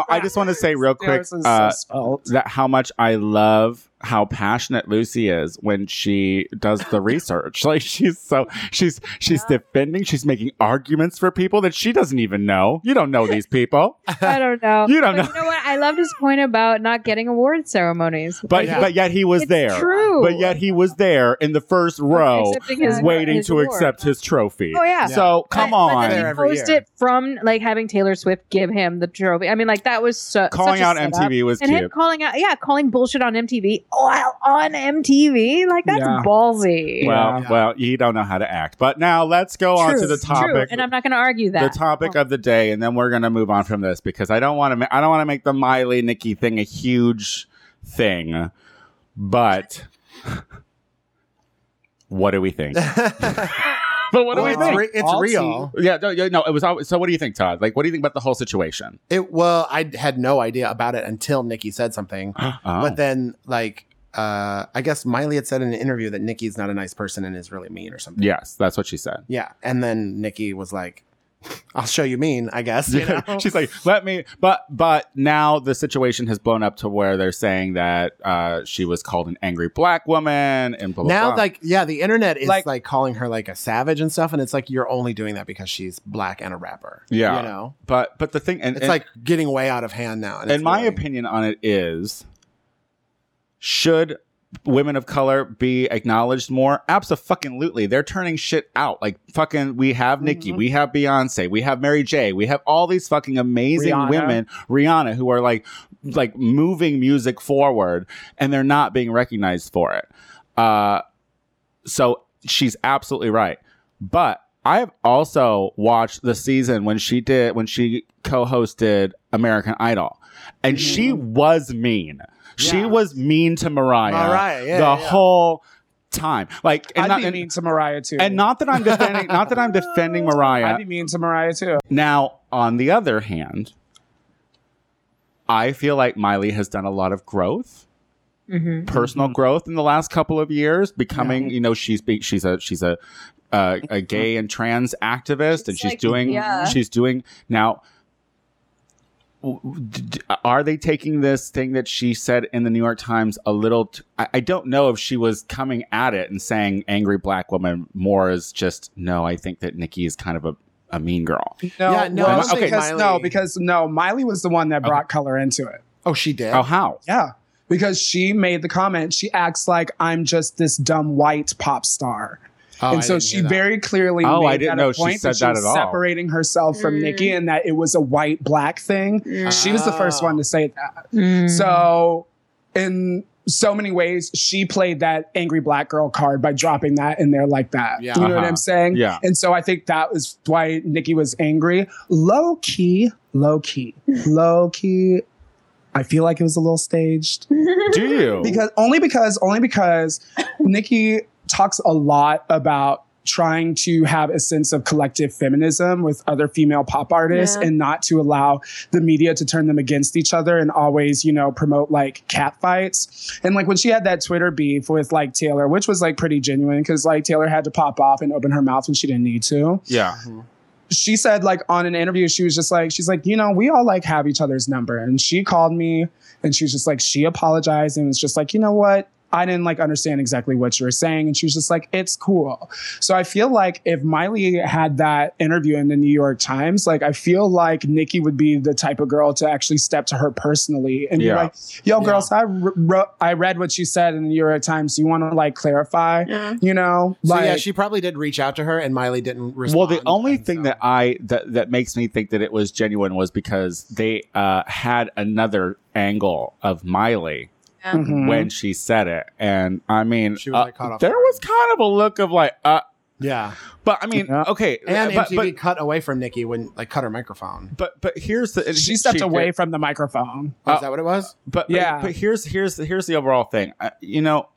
Speaker 1: I just want to say real quick
Speaker 3: Ours is so
Speaker 1: uh,
Speaker 3: spelt.
Speaker 1: that how much I love how passionate Lucy is when she does
Speaker 2: *laughs*
Speaker 1: the research. *laughs* Like she's so she's she's defending. She's making arguments for people that she doesn't even know. You don't know these people, *laughs*
Speaker 2: *laughs* I don't know.
Speaker 1: You don't
Speaker 2: But
Speaker 1: know.
Speaker 2: You know what? I loved his point about not getting award ceremonies.
Speaker 1: but
Speaker 5: Yeah.
Speaker 1: but yet he was
Speaker 2: It's
Speaker 1: there.
Speaker 2: true.
Speaker 1: But yet he was there in the first row,
Speaker 2: Accepting his-
Speaker 1: waiting
Speaker 2: his
Speaker 1: to
Speaker 2: award.
Speaker 1: accept his trophy.
Speaker 2: Oh yeah.
Speaker 1: So come
Speaker 2: But-
Speaker 1: on.
Speaker 2: But then
Speaker 5: There
Speaker 2: he
Speaker 5: every
Speaker 2: post
Speaker 5: year.
Speaker 2: it from like having Taylor Swift give him the trophy. I mean, like that was so
Speaker 1: calling
Speaker 2: such
Speaker 1: out
Speaker 2: a setup.
Speaker 1: MTV was
Speaker 2: and him
Speaker 1: cute.
Speaker 2: calling out, yeah, calling bullshit on MTV while Oh, on MTV, like that's
Speaker 3: Yeah.
Speaker 2: ballsy.
Speaker 1: Well,
Speaker 5: Yeah.
Speaker 1: well, you don't know how to act. But now let's go on to the
Speaker 2: True,
Speaker 1: topic.
Speaker 2: and I'm not going to argue
Speaker 1: The
Speaker 2: that.
Speaker 1: topic of the day, and then we're gonna move on from this because I don't want to. Ma- I don't want to make the Miley Nikki thing a huge thing. But *laughs* what do we think?
Speaker 5: *laughs*
Speaker 1: but what do we
Speaker 5: Well, it's
Speaker 1: think?
Speaker 5: re- it's
Speaker 3: I'll
Speaker 5: real.
Speaker 1: yeah, no, yeah, no, it was. Always, so what do you think, Todd? Like, what do you think about the whole
Speaker 5: *gasps*
Speaker 1: situation?
Speaker 5: It well, I had no idea about it until Nikki said something.
Speaker 1: Oh.
Speaker 5: But then, like, uh, I guess Miley had said in an interview that Nikki's not a nice person and is really mean or something.
Speaker 1: yes, that's what she said.
Speaker 5: Yeah. And then Nikki was like, *laughs* I'll show you mean, I guess. *laughs* you know?
Speaker 1: *laughs* She's like, let me, but but now the situation has blown up to where they're saying that uh, she was called an angry black woman and blah blah.
Speaker 5: now,
Speaker 1: blah.
Speaker 5: like, yeah, the internet is like,
Speaker 3: Like-
Speaker 5: calling her like a savage and stuff. And it's like, you're only doing that because she's black and a rapper.
Speaker 1: Yeah.
Speaker 5: You know,
Speaker 1: but but the thing, and
Speaker 5: it's
Speaker 1: and-
Speaker 5: like getting way out of hand now. And
Speaker 1: and
Speaker 5: it's
Speaker 1: my
Speaker 5: really-
Speaker 1: opinion on it is, should women of color be acknowledged more? Absolutely, they're turning shit out. Like fucking, we have Nikki,
Speaker 5: Mm-hmm.
Speaker 1: we have Beyonce, we have Mary J, we have all these fucking amazing
Speaker 3: Rihanna.
Speaker 1: women, Rihanna, who are like like moving music forward, and they're not being recognized for it. Uh, so she's absolutely right. But I have also watched the season when she did when she co-hosted American Idol,
Speaker 3: Mm-hmm.
Speaker 1: and she was mean. She
Speaker 5: Yeah.
Speaker 1: was mean to Mariah,
Speaker 5: Mariah, yeah,
Speaker 1: the
Speaker 5: yeah.
Speaker 1: whole time. Like, and
Speaker 3: I'd
Speaker 1: not,
Speaker 3: be
Speaker 1: and-
Speaker 3: mean to Mariah too.
Speaker 1: and not that I'm defending, not that I'm defending Mariah.
Speaker 3: *laughs* I'd be mean to Mariah too.
Speaker 1: Now, on the other hand, I feel like Miley has done a lot of growth,
Speaker 2: Mm-hmm.
Speaker 1: personal growth in the last couple of years. Becoming, you know, she's be, she's a she's a uh, a gay and trans activist, and
Speaker 4: She's
Speaker 1: she's
Speaker 4: like-
Speaker 1: doing
Speaker 4: yeah.
Speaker 1: she's doing now. w- w- d- d- Are they taking this thing that she said in the New York Times a little? T- I, I don't know if she was coming at it and saying "angry black woman" more as just no. I think that Nikki is kind of a, a mean girl.
Speaker 3: No,
Speaker 5: Yeah, no,
Speaker 1: I
Speaker 3: well,
Speaker 1: don't think
Speaker 3: because
Speaker 5: Miley-
Speaker 3: no, because no, Miley was the one that brought color into it.
Speaker 5: Oh, she did.
Speaker 1: Oh, how?
Speaker 3: Yeah. Because she made the comment, she acts like I'm just this dumb white pop star.
Speaker 5: Oh, I
Speaker 3: and so
Speaker 5: didn't
Speaker 3: she
Speaker 5: hear that.
Speaker 3: very clearly
Speaker 1: Oh,
Speaker 3: made
Speaker 1: I didn't
Speaker 3: that a
Speaker 1: know she
Speaker 3: point
Speaker 1: said that
Speaker 3: was
Speaker 1: at all.
Speaker 3: separating herself from Nikki and that it was a white black thing. She was the first
Speaker 5: Oh.
Speaker 3: one to say that.
Speaker 2: Mm.
Speaker 3: So in so many ways, she played that angry black girl card by dropping that in there like that.
Speaker 5: Yeah.
Speaker 3: you know what
Speaker 1: Uh-huh.
Speaker 3: I'm saying?
Speaker 1: Yeah.
Speaker 3: And so I think that was why Nikki was angry. Low key, low key, low key. I feel like it was a little staged
Speaker 1: Do you?
Speaker 3: *laughs* because only because only because Nikki talks a lot about trying to have a sense of collective feminism with other female pop artists
Speaker 4: Yeah.
Speaker 3: and not to allow the media to turn them against each other and always you know promote like cat fights and like when she had that twitter beef with like taylor which was like pretty genuine because like taylor had to pop off and open her mouth when she didn't need to
Speaker 1: yeah.
Speaker 3: she said like on an interview she was just like she's like you know we all like have each other's number and she called me and she was just like she apologized and was just like you know what I didn't like understand exactly what you were saying. And she was just like, it's cool. So I feel like if Miley had that interview in the New York Times, like I feel like Nikki would be the type of girl to actually step to her personally and
Speaker 1: Yeah.
Speaker 3: be like, yo, girls, I, re- re- I read what you said in the New York Times. Do you want to like clarify?
Speaker 4: Yeah.
Speaker 3: You know?
Speaker 5: So
Speaker 3: Like,
Speaker 5: yeah, she probably did reach out to her, and Miley didn't respond.
Speaker 1: Well, the only
Speaker 5: and
Speaker 1: thing
Speaker 5: so-
Speaker 1: that I that that makes me think that it was genuine was because they uh, had another angle of Miley
Speaker 3: Mhm.
Speaker 1: when she said it, and I mean,
Speaker 5: Mm-hmm. She was,
Speaker 1: uh,
Speaker 5: like, caught off
Speaker 1: there
Speaker 5: guard.
Speaker 1: was kind of a look of like, uh,
Speaker 5: yeah,
Speaker 1: but I mean,
Speaker 3: Yeah.
Speaker 1: okay,
Speaker 5: and
Speaker 1: but,
Speaker 5: MTV
Speaker 1: but
Speaker 5: cut away from Nikki when like cut her microphone.
Speaker 1: but but here's the
Speaker 3: she stepped
Speaker 1: did-
Speaker 3: away from the microphone.
Speaker 5: Oh,
Speaker 1: Uh,
Speaker 5: is that what it was?
Speaker 1: but yeah.
Speaker 3: Yeah.
Speaker 1: But, here's here's the- here's the overall thing. Uh, you know,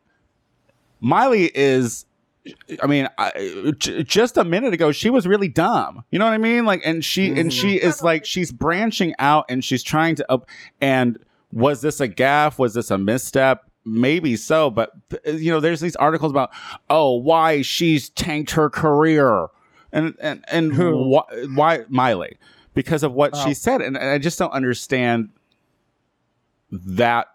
Speaker 1: Miley is. I mean, I, j- just a minute ago, she was really dumb. You know what I mean? Like, and she and she is like she's branching out and she's trying to. Up, and was this a gaffe? Was this a misstep? Maybe so, but uh, you know, there's these articles about oh why she's tanked her career, and and and who wh- why Miley because of what she said, and, and I just don't understand that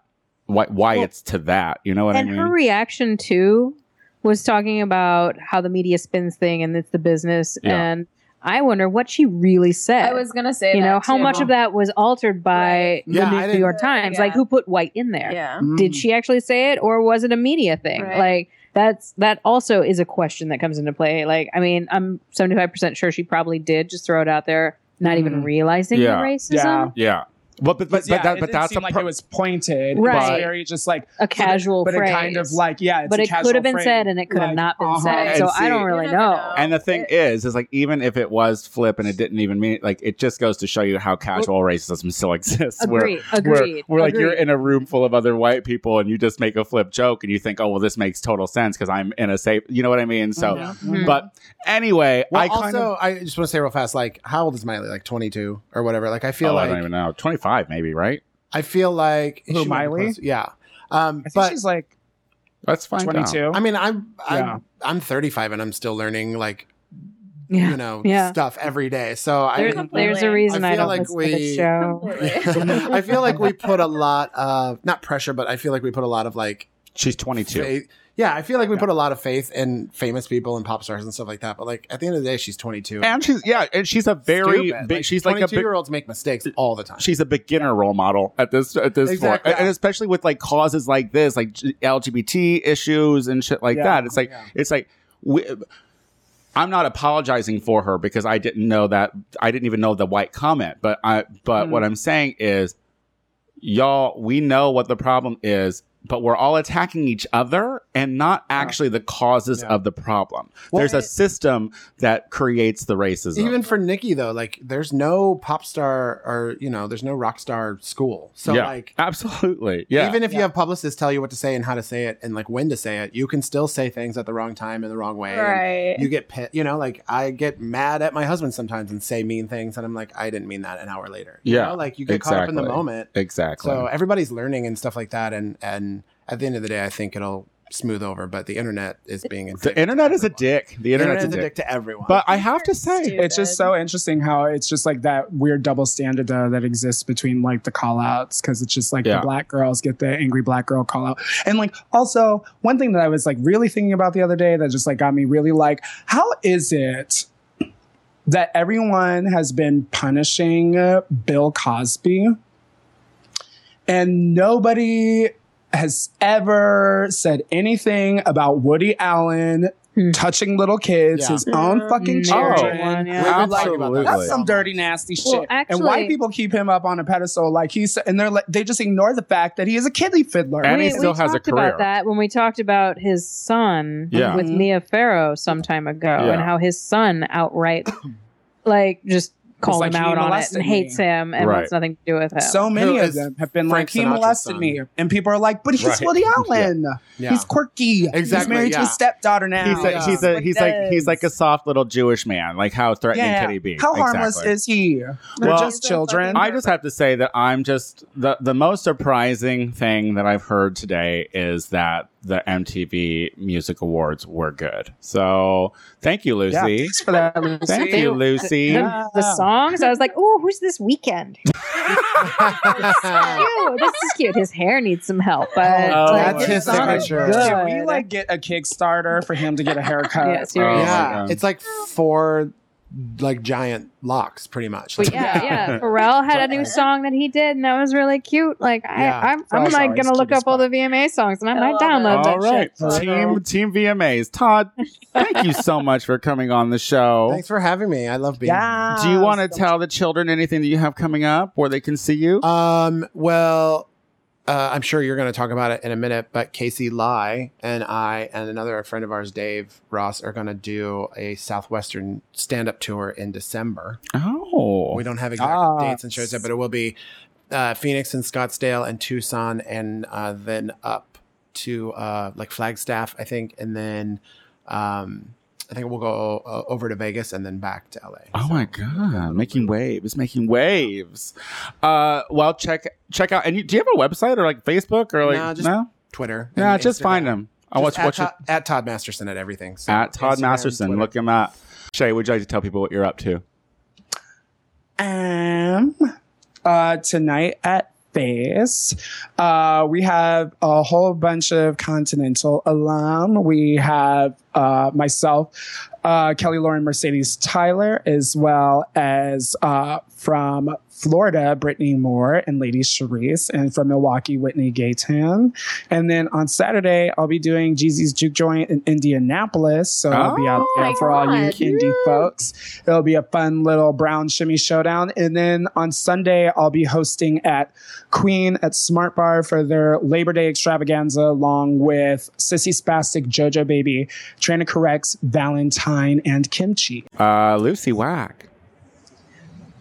Speaker 1: why why it's to that. You know what
Speaker 2: Mm. and
Speaker 1: I mean?
Speaker 2: her reaction too was talking about how the media spins thing and it's the business
Speaker 1: Yeah.
Speaker 2: and i wonder what she really said
Speaker 4: I was gonna say,
Speaker 2: you
Speaker 4: that
Speaker 2: know how
Speaker 4: too.
Speaker 2: much of that was altered by
Speaker 4: Right.
Speaker 2: the
Speaker 5: Yeah, I
Speaker 2: new,
Speaker 5: didn't-
Speaker 2: new york times
Speaker 4: Yeah.
Speaker 2: like who put white in there
Speaker 1: *laughs*
Speaker 4: Yeah,
Speaker 2: did she actually say it or was it a media thing
Speaker 4: Right.
Speaker 2: like that's that also is a question that comes into play like i mean i'm 75% sure she probably did just throw it out there not even
Speaker 3: Mhm.
Speaker 2: realizing
Speaker 1: Yeah.
Speaker 2: the racism
Speaker 3: Yeah.
Speaker 1: yeah. But but but,
Speaker 3: yeah,
Speaker 1: that,
Speaker 3: it
Speaker 1: but
Speaker 3: didn't
Speaker 1: that's
Speaker 3: seem
Speaker 1: a
Speaker 3: like
Speaker 1: pro-
Speaker 3: it was pointed. It was
Speaker 2: Right.
Speaker 3: very just like
Speaker 2: a casual
Speaker 3: but
Speaker 2: phrase
Speaker 3: it kind of like yeah, it's
Speaker 2: but
Speaker 3: a
Speaker 2: it
Speaker 3: casual
Speaker 2: could have been
Speaker 3: phrase.
Speaker 2: said and it could have
Speaker 3: Like,
Speaker 2: not been
Speaker 3: uh-huh.
Speaker 2: said
Speaker 1: And
Speaker 2: so i
Speaker 1: see-
Speaker 2: don't
Speaker 1: You
Speaker 2: really
Speaker 4: never
Speaker 2: know.
Speaker 4: know.
Speaker 1: and the thing
Speaker 4: It-
Speaker 1: is, is like even if it was flip and it didn't even mean like it just goes to show you how casual racism still exists.
Speaker 2: Agreed.
Speaker 1: Where, where,
Speaker 2: Agreed.
Speaker 1: where like you're
Speaker 2: agreed.
Speaker 1: in a room full of other white people and you just make a flip joke and you think, oh well, this makes total sense because I'm in a safe. You know what I mean? So,
Speaker 3: Mm-hmm.
Speaker 2: Mhm.
Speaker 1: but anyway,
Speaker 5: Well,
Speaker 1: I
Speaker 5: also,
Speaker 1: kind of
Speaker 5: I just want to say real fast, like, how old is Miley? Like twenty two or whatever. Like, I feel
Speaker 1: oh, I
Speaker 5: like
Speaker 1: don't even know, twenty five maybe, right?
Speaker 5: I feel like
Speaker 3: Who,
Speaker 5: she might be
Speaker 3: Miley?
Speaker 5: close- Yeah. Um,
Speaker 3: I think
Speaker 5: but
Speaker 3: she's like
Speaker 1: Let's find out.
Speaker 3: twenty two.
Speaker 5: I mean, I'm I'm,
Speaker 3: Yeah.
Speaker 5: I'm 35 and I'm still learning like
Speaker 2: yeah.
Speaker 5: you know
Speaker 2: Yeah.
Speaker 5: stuff every day. So
Speaker 2: There-
Speaker 5: *laughs* I
Speaker 4: Completely.
Speaker 2: there's a reason I,
Speaker 5: I feel
Speaker 2: don't
Speaker 5: like
Speaker 2: listen to
Speaker 5: we-
Speaker 2: the show.
Speaker 4: *laughs* Completely.
Speaker 5: I feel like we put a lot of not pressure, but I feel like we put a lot of like
Speaker 1: She's twenty two.
Speaker 5: faith. Yeah, I feel like we put a lot of faith in famous people and pop stars and stuff like that. But like at the end of the day, she's 22.
Speaker 1: And she's yeah, and she's a very
Speaker 5: Stupid.
Speaker 1: big. She's like a
Speaker 5: 22
Speaker 1: big
Speaker 5: year olds make mistakes all the time.
Speaker 1: she's a beginner role model at this at this
Speaker 5: Exactly.
Speaker 1: point, and especially with like causes like this, like G- LGBT issues and shit like
Speaker 3: Yeah.
Speaker 1: that. It's like
Speaker 5: Yeah.
Speaker 1: it's like we, I'm not apologizing for her because I didn't know that I didn't even know the white comment, but I but
Speaker 5: Mm.
Speaker 1: what I'm saying is, y'all, we know what the problem is. But we're all attacking each other and not actually the causes
Speaker 5: Yeah.
Speaker 1: of the problem.
Speaker 5: Well,
Speaker 1: There's a
Speaker 5: it-
Speaker 1: system that creates the racism.
Speaker 5: even for Nikki though, like there's no pop star or you know there's no rock star school. So
Speaker 1: yeah,
Speaker 5: like
Speaker 1: absolutely. Yeah.
Speaker 5: Even if you have publicists tell you what to say and how to say it and like when to say it, you can still say things at the wrong time in the wrong way. and
Speaker 4: right.
Speaker 5: You get pit, you know, like I get mad at my husband sometimes and say mean things, and I'm like, I didn't mean that an hour later. You
Speaker 1: Yeah,
Speaker 5: know? like you get caught up in the
Speaker 1: exactly.
Speaker 5: moment.
Speaker 1: exactly.
Speaker 5: So everybody's learning and stuff like that, and and at the end of the day, I think it'll smooth over. But the internet is being a dick
Speaker 1: The
Speaker 5: to
Speaker 1: internet is a
Speaker 5: everyone.
Speaker 1: dick. The
Speaker 5: The
Speaker 1: internet's
Speaker 5: internet
Speaker 1: a
Speaker 5: is a
Speaker 1: dick.
Speaker 5: dick to everyone.
Speaker 1: But I have to
Speaker 4: Stupid.
Speaker 1: say,
Speaker 3: It's just so interesting how it's just like that weird double standard though that exists between like the call outs because it's just like
Speaker 1: Yeah.
Speaker 3: the black girls get the angry black girl call out. And like also one thing that I was like really thinking about the other day that just like got me really like, how is it that everyone has been punishing uh, Bill Cosby and nobody has ever said anything about Woody Allen
Speaker 2: Hmm.
Speaker 3: touching little kids,
Speaker 5: Yeah.
Speaker 3: his own fucking
Speaker 2: Mm,
Speaker 1: Oh.
Speaker 3: children.
Speaker 2: everyone, yeah.
Speaker 5: We've been
Speaker 1: Absolutely.
Speaker 5: talking about that
Speaker 1: That's
Speaker 5: so
Speaker 3: Some
Speaker 5: much.
Speaker 3: dirty, nasty shit.
Speaker 2: Well,
Speaker 3: and white
Speaker 2: actually-
Speaker 3: people keep him up on a pedestal like he's, and they're like, they just ignore the fact that he is a kiddie fiddler.
Speaker 1: And he
Speaker 2: we,
Speaker 1: still
Speaker 2: we
Speaker 1: has a
Speaker 2: talked
Speaker 1: career.
Speaker 2: about that when we talked about his son
Speaker 1: Yeah.
Speaker 2: with
Speaker 3: Mhm.
Speaker 2: Mia Farrow some time ago
Speaker 1: Yeah.
Speaker 2: and how his son
Speaker 1: *coughs*
Speaker 2: outright like just called
Speaker 3: like,
Speaker 2: him
Speaker 3: he
Speaker 2: out on it
Speaker 3: molested
Speaker 2: and
Speaker 3: me.
Speaker 2: hates him and
Speaker 1: Right.
Speaker 2: wants nothing to do with him.
Speaker 3: so many
Speaker 5: Who
Speaker 3: of
Speaker 5: is
Speaker 3: them have been
Speaker 5: Frank
Speaker 3: like, he
Speaker 5: Sinatra's
Speaker 3: molested
Speaker 5: son.
Speaker 3: me. And people are like, but he's
Speaker 1: Right.
Speaker 3: Woody Allen.
Speaker 5: yeah.
Speaker 3: He's quirky. He's
Speaker 5: Exactly,
Speaker 3: married to
Speaker 5: yeah.
Speaker 3: his stepdaughter now.
Speaker 1: he's like
Speaker 5: Yeah.
Speaker 1: he's a he's like he's like a soft little Jewish man. Like how threatening
Speaker 3: Yeah.
Speaker 1: can he be?
Speaker 3: How harmless
Speaker 1: Exactly.
Speaker 3: is he? They're
Speaker 1: Well,
Speaker 3: just children.
Speaker 1: I just have to say that I'm just the the most surprising thing that I've heard today is that the MTV Music Awards were good. So thank you, Lucy.
Speaker 3: Yeah, thanks for that.
Speaker 2: *laughs*
Speaker 3: Lucy.
Speaker 1: Thank you, Lucy. *laughs*
Speaker 2: the, the songs, I was like, oh, who's this weekend?
Speaker 5: *laughs*
Speaker 2: Ew, this is cute. His hair needs some help, but
Speaker 5: Oh,
Speaker 2: like,
Speaker 5: that's his
Speaker 2: it's not
Speaker 5: signature.
Speaker 2: good.
Speaker 3: Should we like get a Kickstarter for him to get a haircut?
Speaker 2: Yeah, seriously.
Speaker 1: Oh,
Speaker 5: yeah,
Speaker 1: God.
Speaker 5: it's like four like giant locks, pretty
Speaker 1: *laughs*
Speaker 5: much.
Speaker 2: But yeah, yeah. Pharrell had a new song that he did, and that was really cute. Like I,
Speaker 5: Yeah.
Speaker 2: I'm, I'm
Speaker 3: Pharrell's
Speaker 2: like
Speaker 3: always
Speaker 2: gonna look
Speaker 3: cute as
Speaker 2: up all the
Speaker 3: fuck.
Speaker 2: VMA songs, and I,
Speaker 4: I
Speaker 2: might
Speaker 4: love it.
Speaker 2: download
Speaker 1: All
Speaker 2: that
Speaker 1: right,
Speaker 2: shit. So-
Speaker 1: team team VMAs. Todd, thank you
Speaker 3: *laughs*
Speaker 1: so much for coming on the show.
Speaker 5: Thanks for having me. I love being. here.
Speaker 3: Yeah.
Speaker 1: Do you want to tell the children anything that you have coming up where they can see you?
Speaker 5: Um, well, uh, I'm sure you're going to talk about it in a minute, but Casey Lai and I and another friend of ours, Dave Ross, are going to do a Southwestern stand up tour in December.
Speaker 1: oh,
Speaker 5: We don't have exact
Speaker 3: Ah.
Speaker 5: dates and shows yet, but it will be uh, Phoenix and Scottsdale and Tucson and uh, then up to uh, like Flagstaff, I think. And then um, I think we'll go uh, over to Vegas and then back to LA.
Speaker 1: Oh
Speaker 5: So-
Speaker 1: my god, making waves, making waves. Uh, well, check check out. And you, do you have a website or like Facebook or like
Speaker 5: No,
Speaker 1: no?
Speaker 5: just-
Speaker 1: no,
Speaker 5: Twitter.
Speaker 1: Nah,
Speaker 5: and
Speaker 1: just find
Speaker 5: Instagram.
Speaker 1: them. I watch
Speaker 5: Just
Speaker 1: watch
Speaker 5: at,
Speaker 1: it
Speaker 5: Todd, at Todd Masterson at everything. So
Speaker 1: at Todd
Speaker 5: Instagram,
Speaker 1: Masterson.
Speaker 5: Twitter.
Speaker 1: Look him up. Shay, would you like to tell people what you're up to?
Speaker 3: Um, uh, tonight at Face, uh, we have a whole bunch of Continental alum. We have uh, myself, uh, Kelly Lauren Mercedes Tyler, as well as uh, from Florida, Brittany Moore and Lady Charisse, and from Milwaukee, Whitney Gayton. And then on Saturday, I'll be doing Jeezy's Juke Joint in Indianapolis. So I'll be out
Speaker 4: Oh my
Speaker 3: there for all you
Speaker 4: God.
Speaker 3: indie folks. It'll be a fun little brown shimmy showdown. And then on Sunday, I'll be hosting at Queen at Smart Bar for their Labor Day extravaganza, along with Sissy Spastic, JoJo Baby, Trana Corrects, Valentine, and Kimchi.
Speaker 1: Uh, Lucy Wack.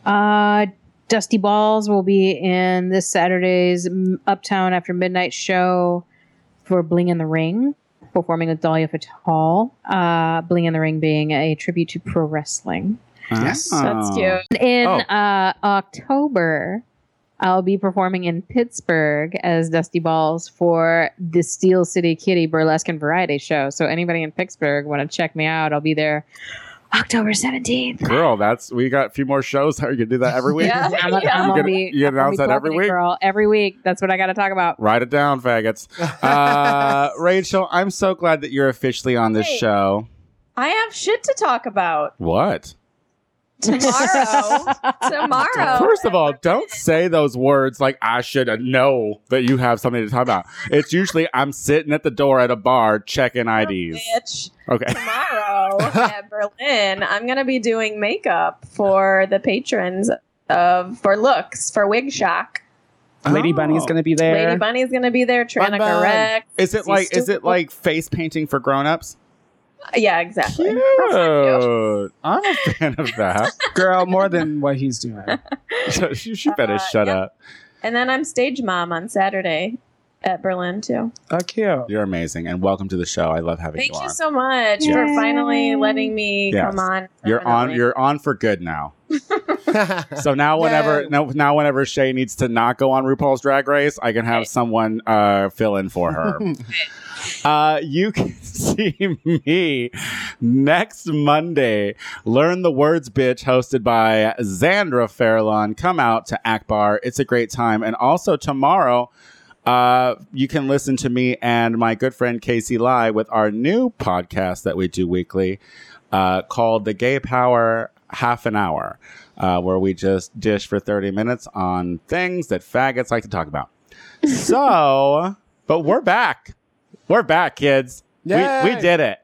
Speaker 2: Uh, Dusty Balls will be in this Saturday's mm, Uptown After Midnight show for Bling in the Ring, performing with Dahlia Fatal. Uh, Bling in the Ring being a tribute to pro wrestling.
Speaker 3: Yes.
Speaker 4: That's
Speaker 1: Oh.
Speaker 4: cute.
Speaker 2: In
Speaker 1: Oh.
Speaker 2: uh, October, I'll be performing in Pittsburgh as Dusty Balls for the Steel City Kitty Burlesque and Variety Show. So anybody in Pittsburgh want to check me out? I'll be there October seventeenth.
Speaker 1: Girl, that's we got a few more shows. *laughs* How are you gonna do that every week?
Speaker 4: Yeah.
Speaker 2: I'm, gonna- I'm
Speaker 1: You
Speaker 2: gonna
Speaker 1: gotta- you
Speaker 2: be.
Speaker 1: gotta
Speaker 2: I'm gonna
Speaker 1: announce
Speaker 2: be
Speaker 1: that every
Speaker 2: cloaking it,
Speaker 1: week?
Speaker 2: girl. Every week. That's what I got to talk about.
Speaker 1: Write it down,
Speaker 5: *laughs*
Speaker 1: faggots. Uh, Rachel, I'm so glad that you're officially on this
Speaker 4: Wait.
Speaker 1: show.
Speaker 4: I have shit to
Speaker 1: *laughs*
Speaker 4: talk about
Speaker 1: What?
Speaker 4: tomorrow.
Speaker 2: *laughs*
Speaker 4: tomorrow.
Speaker 1: First of all, don't say those words like I should know that you have something to talk about. It's usually I'm sitting at the door at a bar
Speaker 4: Oh,
Speaker 1: checking IDs.
Speaker 4: Bitch.
Speaker 1: Okay. *laughs*
Speaker 4: tomorrow at Berlin, I'm going to be doing makeup for the patrons of for looks for Wig Shock.
Speaker 3: Lady
Speaker 1: Oh.
Speaker 3: Bunny's going to be there.
Speaker 4: Lady Bunny's going to be there.
Speaker 5: Bun Bun.
Speaker 4: Tranica Rex.
Speaker 1: Is it like is it like face painting for grown-ups?
Speaker 4: Yeah, exactly. Oh,
Speaker 1: Cute. I'm a fan of
Speaker 4: *laughs*
Speaker 1: that.
Speaker 3: Girl, more than what he's doing.
Speaker 1: she, she better
Speaker 4: Uh,
Speaker 1: shut
Speaker 4: yep.
Speaker 1: up.
Speaker 4: And then I'm stage mom on Saturday at Berlin too.
Speaker 3: Oh, cute.
Speaker 1: You're amazing and welcome to the show. I love having
Speaker 4: Thank
Speaker 1: you on.
Speaker 4: you so much for
Speaker 2: Yes.
Speaker 4: finally letting me
Speaker 1: Yes.
Speaker 4: come on.
Speaker 1: you're on
Speaker 4: permanently.
Speaker 1: you're on for good now.
Speaker 5: *laughs*
Speaker 1: So now whenever
Speaker 5: Yay.
Speaker 1: now, now whenever Shay needs to not go on RuPaul's Drag Race, I can have someone uh, fill in for her. uh, you can *laughs* see me next Monday. Learn the words, bitch, hosted by Zandra Fairlawn. Come out to Akbar. It's a great time. And also tomorrow. Uh, you can listen to me and my good friend Casey Lai with our new podcast that we do weekly uh, called The Gay Power Half an Hour, uh, where we just dish for 30 minutes on things that faggots like to talk about. so, but we're back. We're back, kids. We, we
Speaker 5: Yay.
Speaker 1: did it.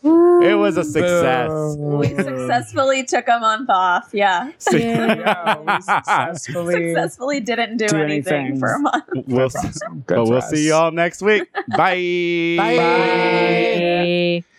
Speaker 1: It was a success.
Speaker 3: Boo.
Speaker 4: We successfully took a month off. Yeah.
Speaker 3: *laughs* Yeah,
Speaker 4: *laughs*
Speaker 3: we successfully.
Speaker 4: Successfully didn't do,
Speaker 3: Do
Speaker 4: anything,
Speaker 3: anything.
Speaker 4: for a month.
Speaker 1: we'll,
Speaker 3: Awesome. Good
Speaker 1: but
Speaker 3: for
Speaker 1: we'll
Speaker 3: us.
Speaker 1: see y'all next week. Bye.
Speaker 5: Bye.
Speaker 2: Bye.